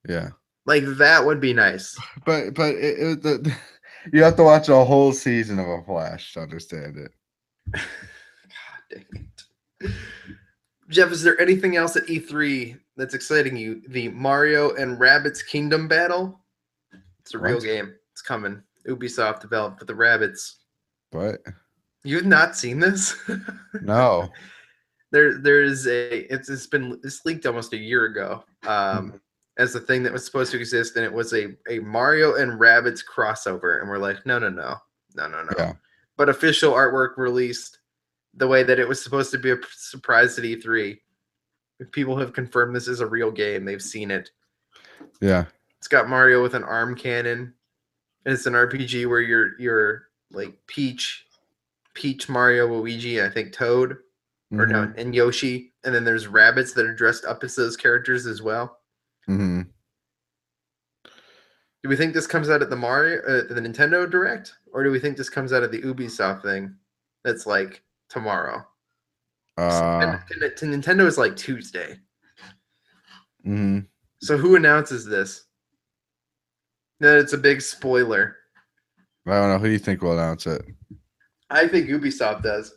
[SPEAKER 2] yeah.
[SPEAKER 1] Like that would be nice.
[SPEAKER 2] But but it, it, the, you have to watch a whole season of a Flash to understand it.
[SPEAKER 1] Dang it. Jeff, is there anything else at E3 that's exciting you? The Mario and Rabbits Kingdom battle? It's a real
[SPEAKER 2] What?
[SPEAKER 1] game. It's coming. Ubisoft developed with the rabbits.
[SPEAKER 2] But
[SPEAKER 1] You've not seen this?
[SPEAKER 2] no.
[SPEAKER 1] there there is a it's it's been it's leaked almost a year ago um as a thing that was supposed to exist and it was a a mario and rabbits crossover and we're like no no no no no no
[SPEAKER 2] Yeah.
[SPEAKER 1] but official artwork released the way that it was supposed to be a p- surprise at e3 people have confirmed this is a real game they've seen it
[SPEAKER 2] Yeah.
[SPEAKER 1] it's got mario with an arm cannon and it's an rpg where you're you're like peach peach mario luigi and i think toad or
[SPEAKER 2] Mm-hmm.
[SPEAKER 1] no, and Yoshi, and then there's rabbits that are dressed up as those characters as well.
[SPEAKER 2] hmm
[SPEAKER 1] Do we think this comes out at the Mario, uh, the Nintendo Direct, or do we think this comes out of the Ubisoft thing? That's like tomorrow.
[SPEAKER 2] Uh,
[SPEAKER 1] and, and it- to Nintendo is like Tuesday.
[SPEAKER 2] mhm.
[SPEAKER 1] So who announces this? No, it's a big spoiler.
[SPEAKER 2] I don't know. Who do you think will announce it?
[SPEAKER 1] I think Ubisoft does.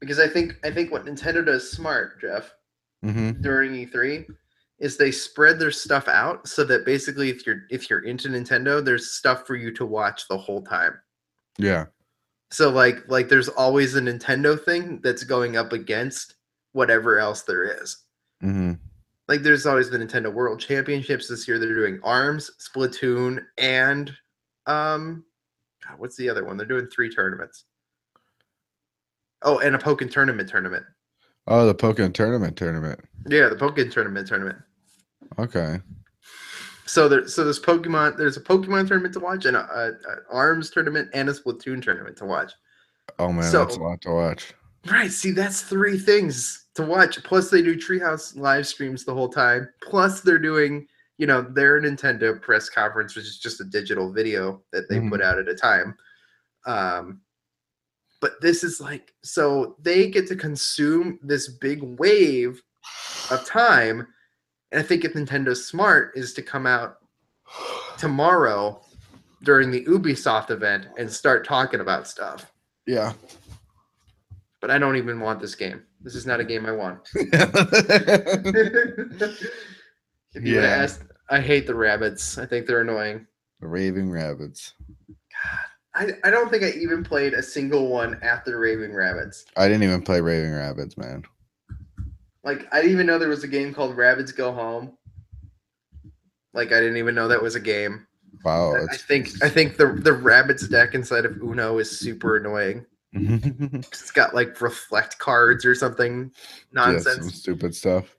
[SPEAKER 1] Because I think I think what Nintendo does smart, Jeff,
[SPEAKER 2] hmm
[SPEAKER 1] during E3 is they spread their stuff out so that basically if you're if you're into Nintendo, there's stuff for you to watch the whole time.
[SPEAKER 2] Yeah.
[SPEAKER 1] So like like there's always a Nintendo thing that's going up against whatever else there is.
[SPEAKER 2] hmm
[SPEAKER 1] Like there's always the Nintendo World Championships this year. They're doing Arms, Splatoon, and um, God, what's the other one? They're doing three tournaments. Oh, and a Pokken tournament tournament.
[SPEAKER 2] Oh, the Pokemon tournament tournament.
[SPEAKER 1] Yeah, the Pokken tournament tournament.
[SPEAKER 2] Okay.
[SPEAKER 1] So there, so there's Pokemon. There's a Pokemon tournament to watch, and a, a, a Arms tournament, and a Splatoon tournament to watch.
[SPEAKER 2] Oh man,
[SPEAKER 1] So-
[SPEAKER 2] that's a lot to watch.
[SPEAKER 1] Right. See, that's three things to watch. Plus, they do Treehouse live streams the whole time. Plus, they're doing, you know, their Nintendo press conference, which is just a digital video that they put out at a time. Um, but this is like, so they get to consume this big wave of time. And I think if Nintendo's smart is to come out tomorrow during the Ubisoft event and start talking about stuff.
[SPEAKER 2] Yeah.
[SPEAKER 1] But I don't even want this game. This is not a game I want.
[SPEAKER 2] yeah.
[SPEAKER 1] if you would have asked, I hate the rabbits. I think they're annoying.
[SPEAKER 2] The Raving Rabbits.
[SPEAKER 1] I, I don't think I even played a single one after Raving Rabbits.
[SPEAKER 2] I didn't even play Raving Rabbits, man.
[SPEAKER 1] Like I didn't even know there was a game called Rabbits Go Home. Like I didn't even know that was a game.
[SPEAKER 2] Wow.
[SPEAKER 1] I- I think I think the the rabbits deck inside of Uno is super annoying.
[SPEAKER 2] think
[SPEAKER 1] It's got like reflect cards or something
[SPEAKER 2] some
[SPEAKER 1] nonsense.
[SPEAKER 2] stupid stuff.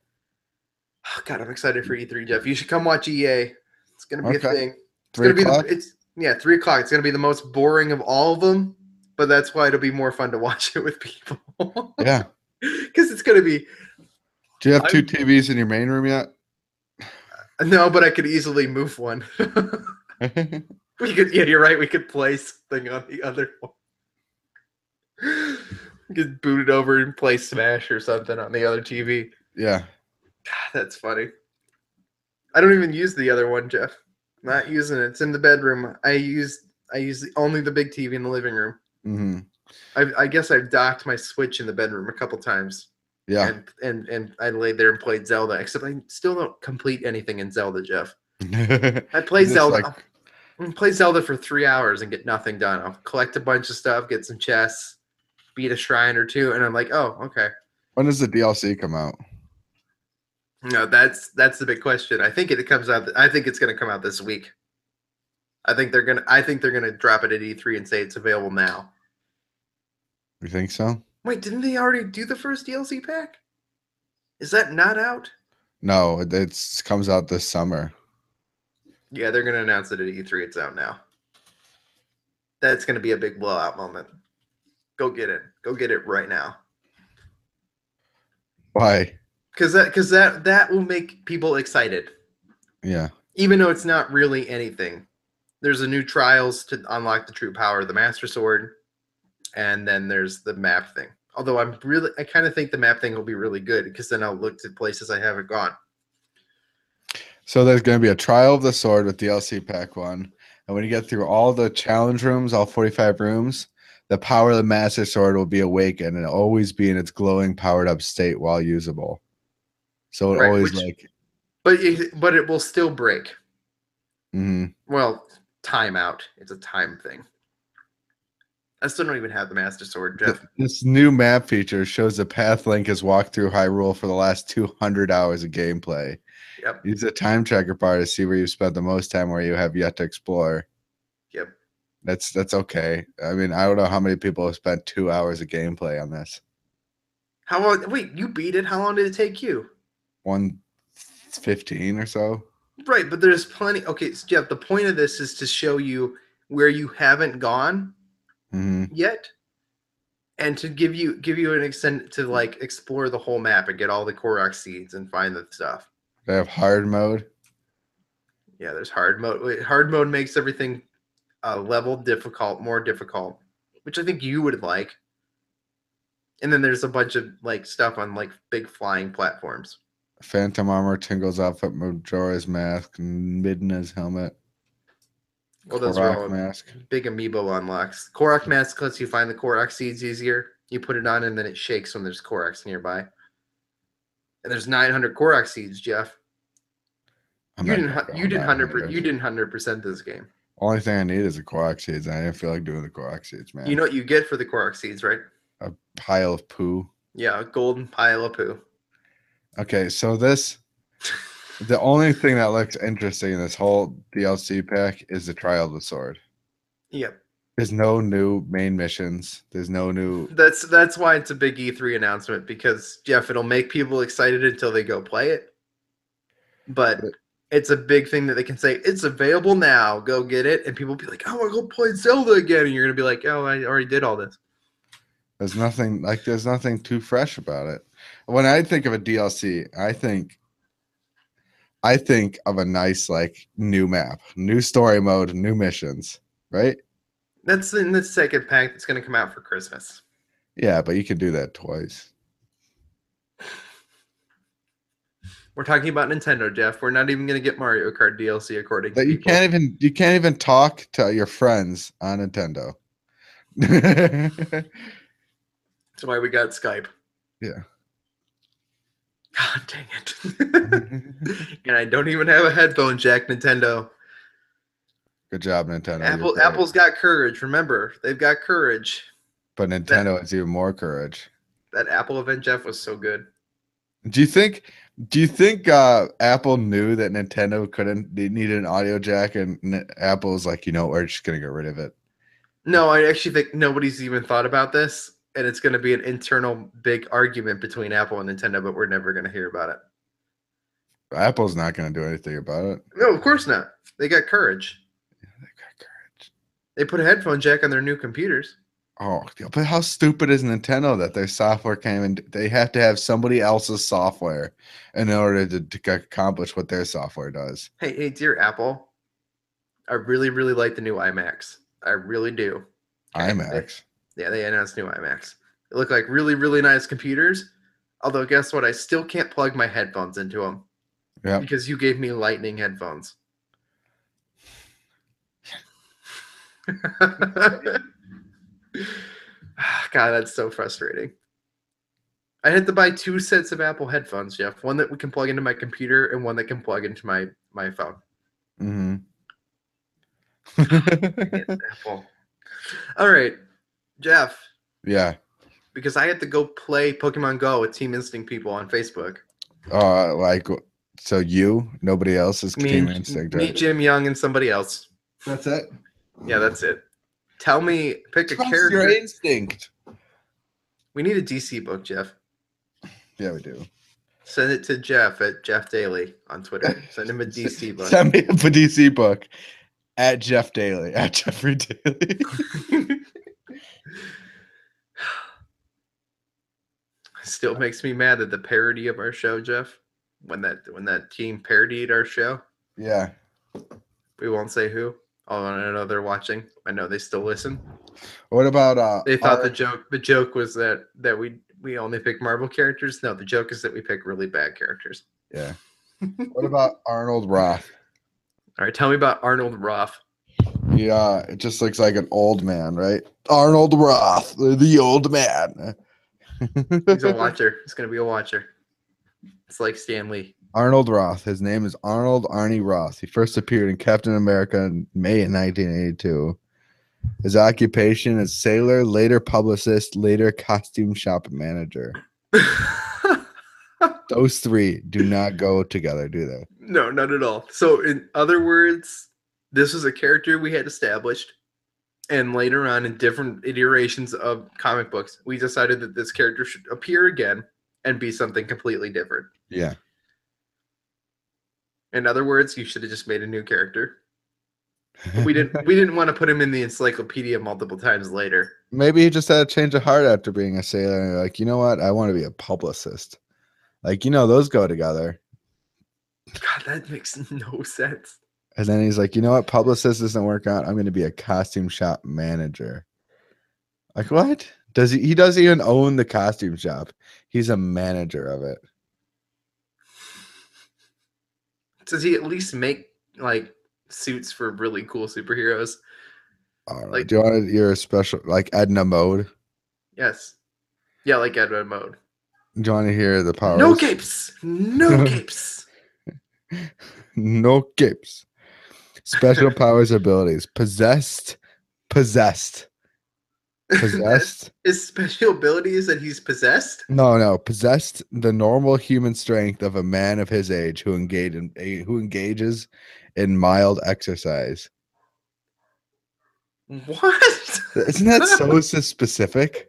[SPEAKER 1] Oh, God, I'm excited for E3, Jeff. You should come watch EA. It's gonna be
[SPEAKER 2] Okay.
[SPEAKER 1] a thing. It's
[SPEAKER 2] Three
[SPEAKER 1] gonna be the,
[SPEAKER 2] o'clock.
[SPEAKER 1] it's yeah, three o'clock. It's gonna be the most boring of all of them, but that's why it'll be more fun to watch it with people.
[SPEAKER 2] yeah.
[SPEAKER 1] Because it's gonna be
[SPEAKER 2] Do you have
[SPEAKER 1] I-
[SPEAKER 2] 2 TVs in your main room yet?
[SPEAKER 1] no, but I could easily move one. we could yeah, you're right, we could play something on the other one. we could boot it over and play Smash or something on the other TV.
[SPEAKER 2] yeah.
[SPEAKER 1] God, that's funny. I don't even use the other one, Jeff. Not using it. It's in the bedroom. I use I use the, only the big TV in the living room.
[SPEAKER 2] hmm
[SPEAKER 1] I've, I guess I've docked my Switch in the bedroom a couple times,
[SPEAKER 2] Yeah.
[SPEAKER 1] and and and I laid there and played Zelda. Except I still don't complete anything in Zelda, Jeff. I play
[SPEAKER 2] Just
[SPEAKER 1] Zelda.
[SPEAKER 2] like-
[SPEAKER 1] I play Zelda for three hours and get nothing done. I'll collect a bunch of stuff, get some chests, beat a shrine or two, and I'm like, oh, okay.
[SPEAKER 2] when does the DLC come out?
[SPEAKER 1] No, that's that's the big question. I think it comes out. I think it's going to come out this week. I think they're gonna. I think they're gonna drop it at E3 and say it's available now.
[SPEAKER 2] You think so?
[SPEAKER 1] Wait, didn't they already do the first DLC pack? Is that not out?
[SPEAKER 2] No, it it's, comes out this summer.
[SPEAKER 1] Yeah, they're gonna announce it at E3. It's out now. That's gonna be a big blowout moment. Go get it. Go get it right now.
[SPEAKER 2] Why?
[SPEAKER 1] Cause that cause that that will make people excited.
[SPEAKER 2] Yeah.
[SPEAKER 1] Even though it's not really anything. There's a new trials to unlock the true power of the Master Sword. And then there's the map thing. Although I'm really I kind of think the map thing will be really good because then I'll look to places I haven't gone.
[SPEAKER 2] So there's going to be a trial of the sword with DLC pack one, and when you get through all the challenge rooms, all 45 rooms, the power of the master sword will be awakened and always be in its glowing, powered up state while usable. So it
[SPEAKER 1] Right,
[SPEAKER 2] always
[SPEAKER 1] which-
[SPEAKER 2] like,
[SPEAKER 1] But it, but it will still break.
[SPEAKER 2] mhm.
[SPEAKER 1] Well, timeout. It's a time thing. I still don't even have the Master Sword, Jeff.
[SPEAKER 2] this new map feature shows the path Link has walked through Hyrule for the last 200 hours of gameplay.
[SPEAKER 1] Yep.
[SPEAKER 2] Use the time tracker bar to see where you've spent the most time, where you have yet to explore.
[SPEAKER 1] Yep.
[SPEAKER 2] That's that's okay. I mean, I don't know how many people have spent two hours of gameplay on this.
[SPEAKER 1] How long? Wait, you beat it. How long did it take you?
[SPEAKER 2] One fifteen or so.
[SPEAKER 1] Right, but there's plenty. Okay, so Jeff, the point of this is to show you where you haven't gone
[SPEAKER 2] hmm
[SPEAKER 1] yet, and to give you give you an extent to like explore the whole map and get all the Korok seeds and find the stuff.
[SPEAKER 2] They have hard mode.
[SPEAKER 1] Yeah, there's hard mode. wait, Hard mode makes everything uh, level difficult, more difficult, which I think you would like. And then there's a bunch of like stuff on like big flying platforms.
[SPEAKER 2] Phantom armor, Tingle's outfit, Majora's mask, Midna's helmet,
[SPEAKER 1] Well, those are all
[SPEAKER 2] Korok mask.
[SPEAKER 1] big amiibo unlocks. Korok mask lets you find the Korok seeds easier. You put it on and then it shakes when there's Koroks nearby. And there's 900 Korok seeds, Jeff.
[SPEAKER 2] I'm
[SPEAKER 1] you
[SPEAKER 2] not
[SPEAKER 1] didn't.
[SPEAKER 2] gonna
[SPEAKER 1] hu-
[SPEAKER 2] go
[SPEAKER 1] You didn't
[SPEAKER 2] 900.
[SPEAKER 1] hundred. You didn't hundred percent this game.
[SPEAKER 2] Only thing I need is a Korok seeds. and I didn't feel like doing the Korok seeds, man.
[SPEAKER 1] You know what you get for the Korok seeds, right?
[SPEAKER 2] pile of poo.
[SPEAKER 1] Yeah, a golden pile of poo.
[SPEAKER 2] Okay, so this the only thing that looks interesting in this whole DLC pack is the trial of the sword.
[SPEAKER 1] Yep.
[SPEAKER 2] There's no new main missions. There's no new
[SPEAKER 1] That's that's why it's a big E3 announcement because Jeff, it'll make people excited until they go play it. But
[SPEAKER 2] But-
[SPEAKER 1] it's a big thing that they can say it's available now. Go get it, and people be like, "I want to go play Zelda again," and you're gonna be like, "Oh, I already did all this."
[SPEAKER 2] There's nothing like there's nothing too fresh about it. When I think of a DLC, I think I think of a nice like new map, new story mode, new missions, right?
[SPEAKER 1] That's in the second pack that's gonna come out for Christmas.
[SPEAKER 2] Yeah, but you can do that twice.
[SPEAKER 1] We're talking about Nintendo, Jeff. We're not even gonna get Mario Kart DLC according
[SPEAKER 2] That
[SPEAKER 1] to
[SPEAKER 2] you
[SPEAKER 1] people.
[SPEAKER 2] can't even you can't even talk to your friends on Nintendo.
[SPEAKER 1] That's why we got Skype.
[SPEAKER 2] Yeah.
[SPEAKER 1] God dang it! and I don't even have a headphone jack, Nintendo.
[SPEAKER 2] Good job, Nintendo. you're
[SPEAKER 1] Apple
[SPEAKER 2] great.
[SPEAKER 1] Apple's got courage. Remember, they've got courage.
[SPEAKER 2] but Nintendo has even more courage.
[SPEAKER 1] That Apple event, Jeff, was so good.
[SPEAKER 2] Do you think? Do you think uh, Apple knew that Nintendo couldn't they needed an audio jack, and N- Apple was like, you know, we're just gonna get rid of it.
[SPEAKER 1] No, I actually think nobody's even thought about this, and it's going to be an internal big argument between Apple and Nintendo, but we're never going to hear about it.
[SPEAKER 2] Apple's not gonna do anything about it.
[SPEAKER 1] No, of course not. They got courage.
[SPEAKER 2] They got
[SPEAKER 1] They put a headphone jack on their new computers.
[SPEAKER 2] courage. Oh, but how stupid is Nintendo that their software came and they have to have somebody else's software in order to, to accomplish what their software does?
[SPEAKER 1] Hey, hey, dear Apple, I really, really like the new iMacs. I really do. Okay,
[SPEAKER 2] IMAX.
[SPEAKER 1] Yeah, they announced new iMacs. They look like really, really nice computers. Although, guess what? I still can't plug my headphones into them.
[SPEAKER 2] Yep.
[SPEAKER 1] Because you gave me lightning headphones. God, that's so frustrating. I had to buy two sets of Apple headphones, Jeff. One that we can plug into my computer and one that can plug into my my phone.
[SPEAKER 2] Mm-hmm.
[SPEAKER 1] Apple. All right, Jeff.
[SPEAKER 2] yeah.
[SPEAKER 1] because I had to go play Pokemon Go with Team Instinct people on Facebook.
[SPEAKER 2] Uh, like so, you nobody else is
[SPEAKER 1] Me,
[SPEAKER 2] Team
[SPEAKER 1] and-
[SPEAKER 2] Instinct.
[SPEAKER 1] me,
[SPEAKER 2] right?
[SPEAKER 1] Jim Young, and somebody else.
[SPEAKER 2] That's it.
[SPEAKER 1] Yeah, that's it. Tell me, pick a
[SPEAKER 2] Trust
[SPEAKER 1] character.
[SPEAKER 2] your instinct.
[SPEAKER 1] We need a DC book, Jeff.
[SPEAKER 2] Yeah, we do.
[SPEAKER 1] Send it to Jeff at Jeff Daily on Twitter. Send him a DC book.
[SPEAKER 2] Send me up a DC book at Jeff Daly at Jeffrey Daly.
[SPEAKER 1] Still makes me mad at the parody of our show, Jeff. When that when that team parodied our show,
[SPEAKER 2] yeah,
[SPEAKER 1] we won't say who. Although I know they're watching. I know they still listen.
[SPEAKER 2] What about uh?
[SPEAKER 1] They thought
[SPEAKER 2] our-
[SPEAKER 1] the joke the joke was that that we we only pick Marvel characters. No, the joke is that we pick really bad characters.
[SPEAKER 2] yeah. what about Arnold Roth?
[SPEAKER 1] All right, tell me about Arnold Roth.
[SPEAKER 2] Yeah, uh, it just looks like an old man, right? Arnold Roth, the old man.
[SPEAKER 1] He's a watcher. He's gonna be a watcher. It's like Stan Lee.
[SPEAKER 2] Arnold Roth. His name is Arnold Arnie Roth. He first appeared in Captain America in May 1982. His occupation is sailor, later publicist, later costume shop manager. Those three do not go together, do they?
[SPEAKER 1] no, not at all. So, in other words, this was a character we had established, and later on, in different iterations of comic books, we decided that this character should appear again and be something completely different.
[SPEAKER 2] Yeah.
[SPEAKER 1] In other words, you should have just made a new character. But we didn't. we didn't want to put him in the encyclopedia multiple times later.
[SPEAKER 2] Maybe he just had a change of heart after being a sailor. And like, you know what? I want to be a publicist. Like, you know, those go together.
[SPEAKER 1] God, that makes no sense.
[SPEAKER 2] And then he's like, you know what? Publicist doesn't work out. I'm going to be a costume shop manager. Like, what? Does he? He doesn't even own the costume shop. He's a manager of it.
[SPEAKER 1] Does he at least make like suits for really cool superheroes?
[SPEAKER 2] I don't know.
[SPEAKER 1] Like-
[SPEAKER 2] do you want to hear a special, like Edna Mode?
[SPEAKER 1] Yes. Yeah, like Edward Mode.
[SPEAKER 2] Do you want to hear the power?
[SPEAKER 1] No capes. No capes.
[SPEAKER 2] no capes. Special powers abilities. Possessed. Possessed. Possessed.
[SPEAKER 1] His special ability is that he's possessed.
[SPEAKER 2] No, no, possessed the normal human strength of a man of his age who engage in eh, who engages in mild exercise.
[SPEAKER 1] What?
[SPEAKER 2] Isn't that so s- specific?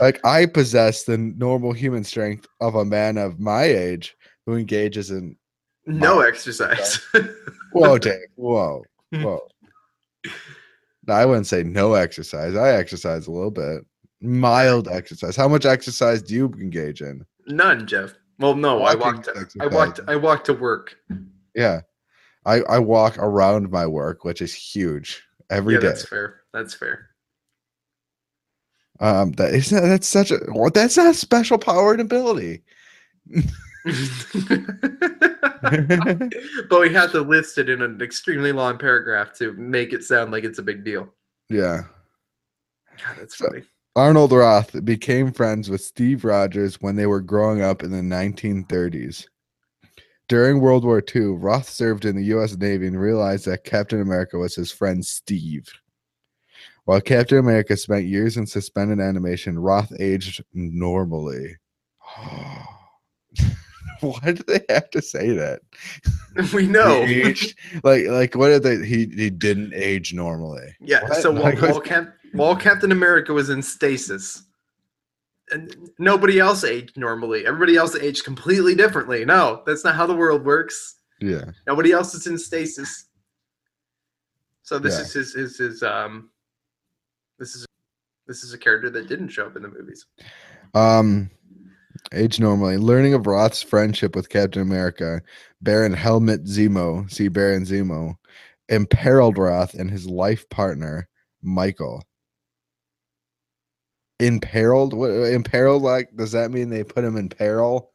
[SPEAKER 2] Like I possess the normal human strength of a man of my age who engages in
[SPEAKER 1] no exercise.
[SPEAKER 2] whoa, Dave, whoa, whoa. No, I wouldn't say no exercise. I exercise a little bit. Mild exercise. How much exercise do you engage in?
[SPEAKER 1] None, Jeff. Well, no, I
[SPEAKER 2] Walking
[SPEAKER 1] walked. To, I
[SPEAKER 2] exercise.
[SPEAKER 1] walked. I walked to work.
[SPEAKER 2] Yeah. I, I walk around my work, which is huge every
[SPEAKER 1] yeah,
[SPEAKER 2] day.
[SPEAKER 1] that's fair. That's fair.
[SPEAKER 2] Um, that isn't that- that's such a well, that's not a special power and ability. yeah,
[SPEAKER 1] but we had to list it in an extremely long paragraph to make it sound like it's a big deal. God, that's
[SPEAKER 2] So-
[SPEAKER 1] funny.
[SPEAKER 2] Arnold Roth became friends with Steve Rogers when they were growing up in the 1930s. During World War II, Roth served in the U.S. Navy and realized that Captain America was his friend Steve. While Captain America spent years in suspended animation, Roth aged normally. Why did they have to say that?
[SPEAKER 1] We know.
[SPEAKER 2] He aged- like, like what if they? He he didn't age normally.
[SPEAKER 1] Yeah.
[SPEAKER 2] What?
[SPEAKER 1] So while,
[SPEAKER 2] Like,
[SPEAKER 1] while,
[SPEAKER 2] what-
[SPEAKER 1] Cap- while Captain America was in stasis, and nobody else aged normally. Everybody else aged completely differently. No, that's not how the world works.
[SPEAKER 2] Yeah.
[SPEAKER 1] Nobody else is in stasis. So this
[SPEAKER 2] Yeah.
[SPEAKER 1] is his, his his um, this is this is a character that didn't show up in the movies.
[SPEAKER 2] Um, age normally. Learning of Roth's friendship with Captain America, Baron Helmut Zemo, see Baron Zemo, imperiled Roth and his life partner Michael. Imperiled? What, imperiled? Like, does that mean they put him in peril?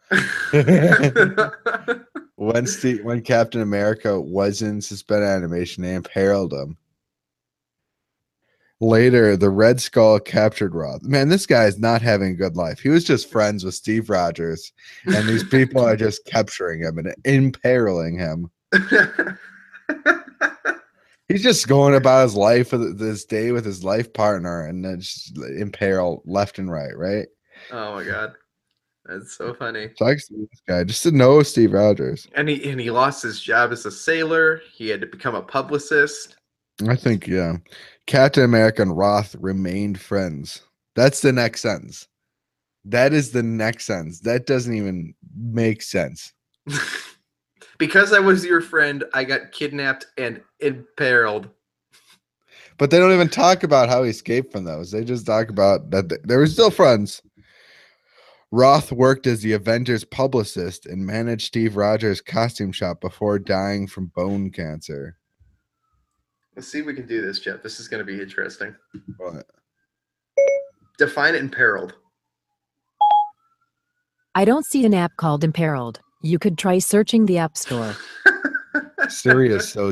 [SPEAKER 2] when Steve, when Captain America was in suspended animation, they imperiled him. Later, the Red Skull captured Roth. Man, this guy is not having a good life. He was just friends with Steve Rogers, and these people are just capturing him and imperiling him. He's just going about his life with this day with his life partner, and then just imperil left and right, right?
[SPEAKER 1] oh my god, that's so funny.
[SPEAKER 2] So I can see this guy just to know Steve Rogers.
[SPEAKER 1] And he and he lost his job as a sailor. He had to become a publicist.
[SPEAKER 2] I think yeah, Captain America and Roth remained friends. That's the next sentence. That is the next sentence. That doesn't even make sense.
[SPEAKER 1] because I was your friend, I got kidnapped and imperiled.
[SPEAKER 2] But they don't even talk about how he escaped from those. They just talk about that th- they were still friends. Roth worked as the Avengers publicist and managed Steve Rogers' costume shop before dying from bone cancer.
[SPEAKER 1] Let's see if we can do this, Jeff. This is going to be interesting.
[SPEAKER 2] But
[SPEAKER 1] Define imperiled.
[SPEAKER 3] I don't see an app called Imperiled. You could try searching the App Store.
[SPEAKER 2] Siri is so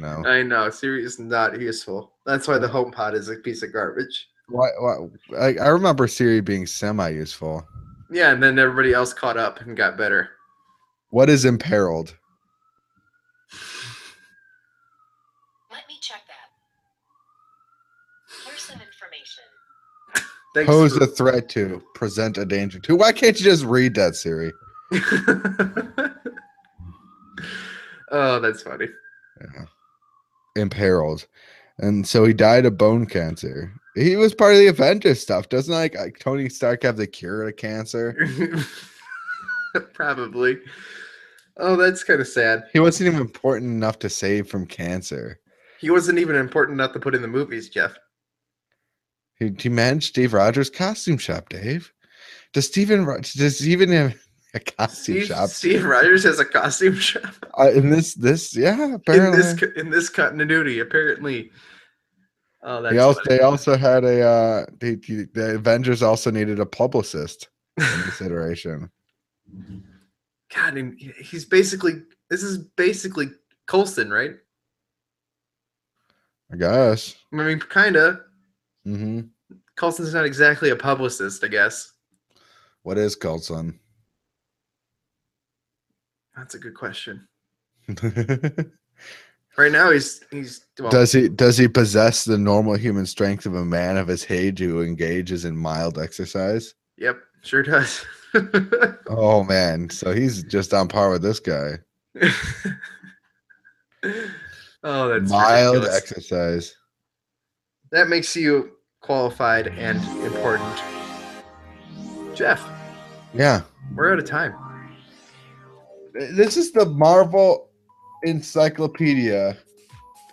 [SPEAKER 2] now.
[SPEAKER 1] I know. Siri is not useful. That's why the HomePod is a piece of garbage.
[SPEAKER 2] Why, why, I, I remember Siri being semi useful.
[SPEAKER 1] Yeah, and then everybody else caught up and got better.
[SPEAKER 2] What is imperiled?
[SPEAKER 4] Let me check that. Here's some information.
[SPEAKER 1] Thanks
[SPEAKER 2] Pose
[SPEAKER 1] for-
[SPEAKER 2] a threat to, present a danger to. Why can't you just read that, Siri?
[SPEAKER 1] oh, that's funny.
[SPEAKER 2] Imperiled. And so he died of bone cancer. He was part of the Avengers stuff. Doesn't like, like Tony Stark have the cure to cancer?
[SPEAKER 1] Probably. Oh, that's kind of sad.
[SPEAKER 2] He wasn't even important enough to save from cancer.
[SPEAKER 1] He wasn't even important enough to put in the movies, Jeff.
[SPEAKER 2] He, he managed Steve Rogers' costume shop, Dave. Does Steven Ro- does he even have a costume
[SPEAKER 1] Steve,
[SPEAKER 2] shop?
[SPEAKER 1] Steve Rogers has a costume shop
[SPEAKER 2] Uh, in this this yeah,
[SPEAKER 1] in
[SPEAKER 2] apparently.
[SPEAKER 1] this co- in this continuity, apparently. Oh, that's
[SPEAKER 2] they also
[SPEAKER 1] funny.
[SPEAKER 2] they also had a uh they, they- the Avengers also needed a publicist in this iteration.
[SPEAKER 1] God, and he- he's basically this is basically Colson, right?
[SPEAKER 2] I guess.
[SPEAKER 1] I mean, kinda.
[SPEAKER 2] hmm
[SPEAKER 1] Colson's not exactly a publicist, I guess.
[SPEAKER 2] What is Colson?
[SPEAKER 1] That's a good question. Right now, he's he's well,
[SPEAKER 2] does he does he possess the normal human strength of a man of his age who engages in mild exercise?
[SPEAKER 1] Yep, sure does.
[SPEAKER 2] Oh man, so he's just on par with this guy.
[SPEAKER 1] oh, that's
[SPEAKER 2] mild
[SPEAKER 1] ridiculous.
[SPEAKER 2] exercise.
[SPEAKER 1] That makes you qualified and important. Jeff,
[SPEAKER 2] Yeah.
[SPEAKER 1] we're out of time.
[SPEAKER 2] This is the Marvel encyclopedia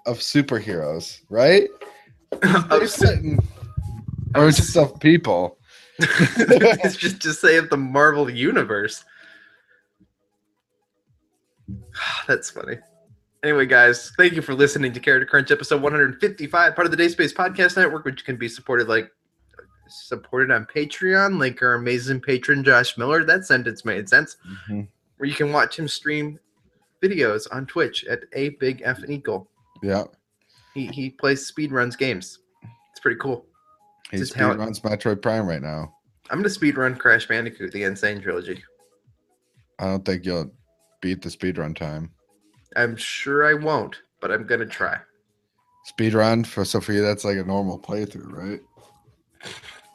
[SPEAKER 2] of superheroes, right?
[SPEAKER 1] Of
[SPEAKER 2] They've
[SPEAKER 1] su-
[SPEAKER 2] written- or
[SPEAKER 1] of
[SPEAKER 2] just of people.
[SPEAKER 1] it's just to say of the Marvel universe. That's funny. Anyway, guys, thank you for listening to Character Crunch episode 155, part of the Dayspace Podcast Network, which can be supported like supported on Patreon, like our amazing patron Josh Miller. That sentence made sense.
[SPEAKER 2] Mhm.
[SPEAKER 1] Where you can watch him stream videos on Twitch at a big F and eagle.
[SPEAKER 2] Yeah.
[SPEAKER 1] He he plays speedruns games. It's pretty cool.
[SPEAKER 2] He
[SPEAKER 1] It's a talent.
[SPEAKER 2] runs Metroid Prime right now.
[SPEAKER 1] I'm gonna speedrun Crash Bandicoot, the Insane Trilogy.
[SPEAKER 2] I don't think you'll beat the speedrun time.
[SPEAKER 1] I'm sure I won't, but I'm gonna try.
[SPEAKER 2] Speedrun for Sophia, that's like a normal playthrough, right?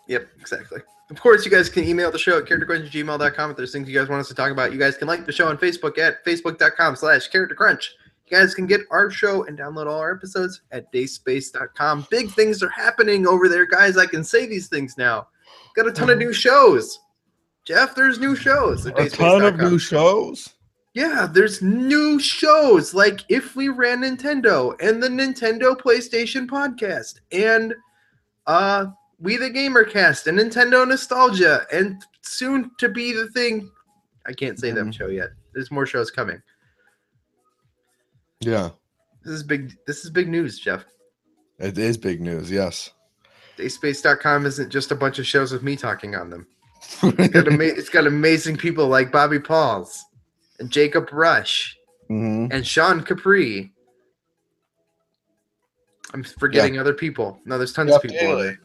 [SPEAKER 1] Yep, exactly. Of course, you guys can email the show at charactercrunch@gmail.com if there's things you guys want us to talk about. You guys can like the show on Facebook at facebook.com slash charactercrunch. You guys can get our show and download all our episodes at dayspace.com. Big things are happening over there, guys. I can say these things now. Got a ton of new shows. Jeff, there's new shows. at
[SPEAKER 2] Mm-hmm. A ton of
[SPEAKER 1] dayspace.com.
[SPEAKER 2] new shows.
[SPEAKER 1] Yeah, there's new shows like If We Ran Nintendo and the Nintendo PlayStation Podcast and uh We the Gamercast and Nintendo Nostalgia and soon to be the thing. I can't say them
[SPEAKER 2] Mhm.
[SPEAKER 1] show yet. There's more shows coming.
[SPEAKER 2] Yeah.
[SPEAKER 1] This is big this is big news, Jeff.
[SPEAKER 2] It is big news, yes.
[SPEAKER 1] Dayspace.com isn't just a bunch of shows with me talking on them. It's got, ama- it's got amazing people like Bobby Pauls and Jacob Rush
[SPEAKER 2] Mhm.
[SPEAKER 1] and Sean Capri. I'm forgetting other people. No, there's tons of
[SPEAKER 2] Jeff
[SPEAKER 1] people. over
[SPEAKER 2] Daly.
[SPEAKER 1] there.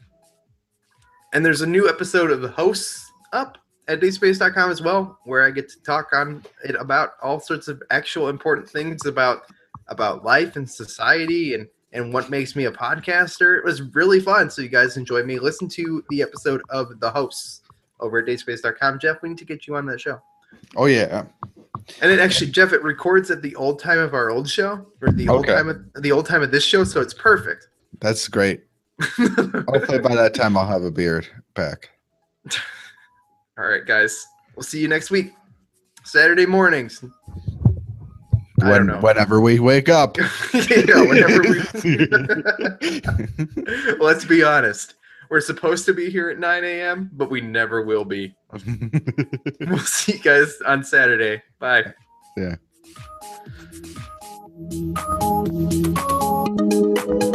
[SPEAKER 1] And there's a new episode of the hosts up at dayspace.com as well, where I get to talk on it about all sorts of actual important things about about life and society and and what makes me a podcaster. It was really fun. So you guys enjoy me. Listen to the episode of the hosts over at dayspace.com. Jeff, we need to get you on that show.
[SPEAKER 2] Oh yeah.
[SPEAKER 1] And it actually, Jeff, it records at the old time of our old show, or the old
[SPEAKER 2] Okay.
[SPEAKER 1] time of the old time of this show, so it's perfect.
[SPEAKER 2] That's great. Hopefully by that time I'll have a beard back.
[SPEAKER 1] All right, guys. We'll see you next week. Saturday mornings. I don't know.
[SPEAKER 2] Whenever we wake up.
[SPEAKER 1] yeah, whenever we let's be honest. We're supposed to be here at 9 a.m., but we never will be. We'll see you guys on Saturday. Bye.
[SPEAKER 2] yeah.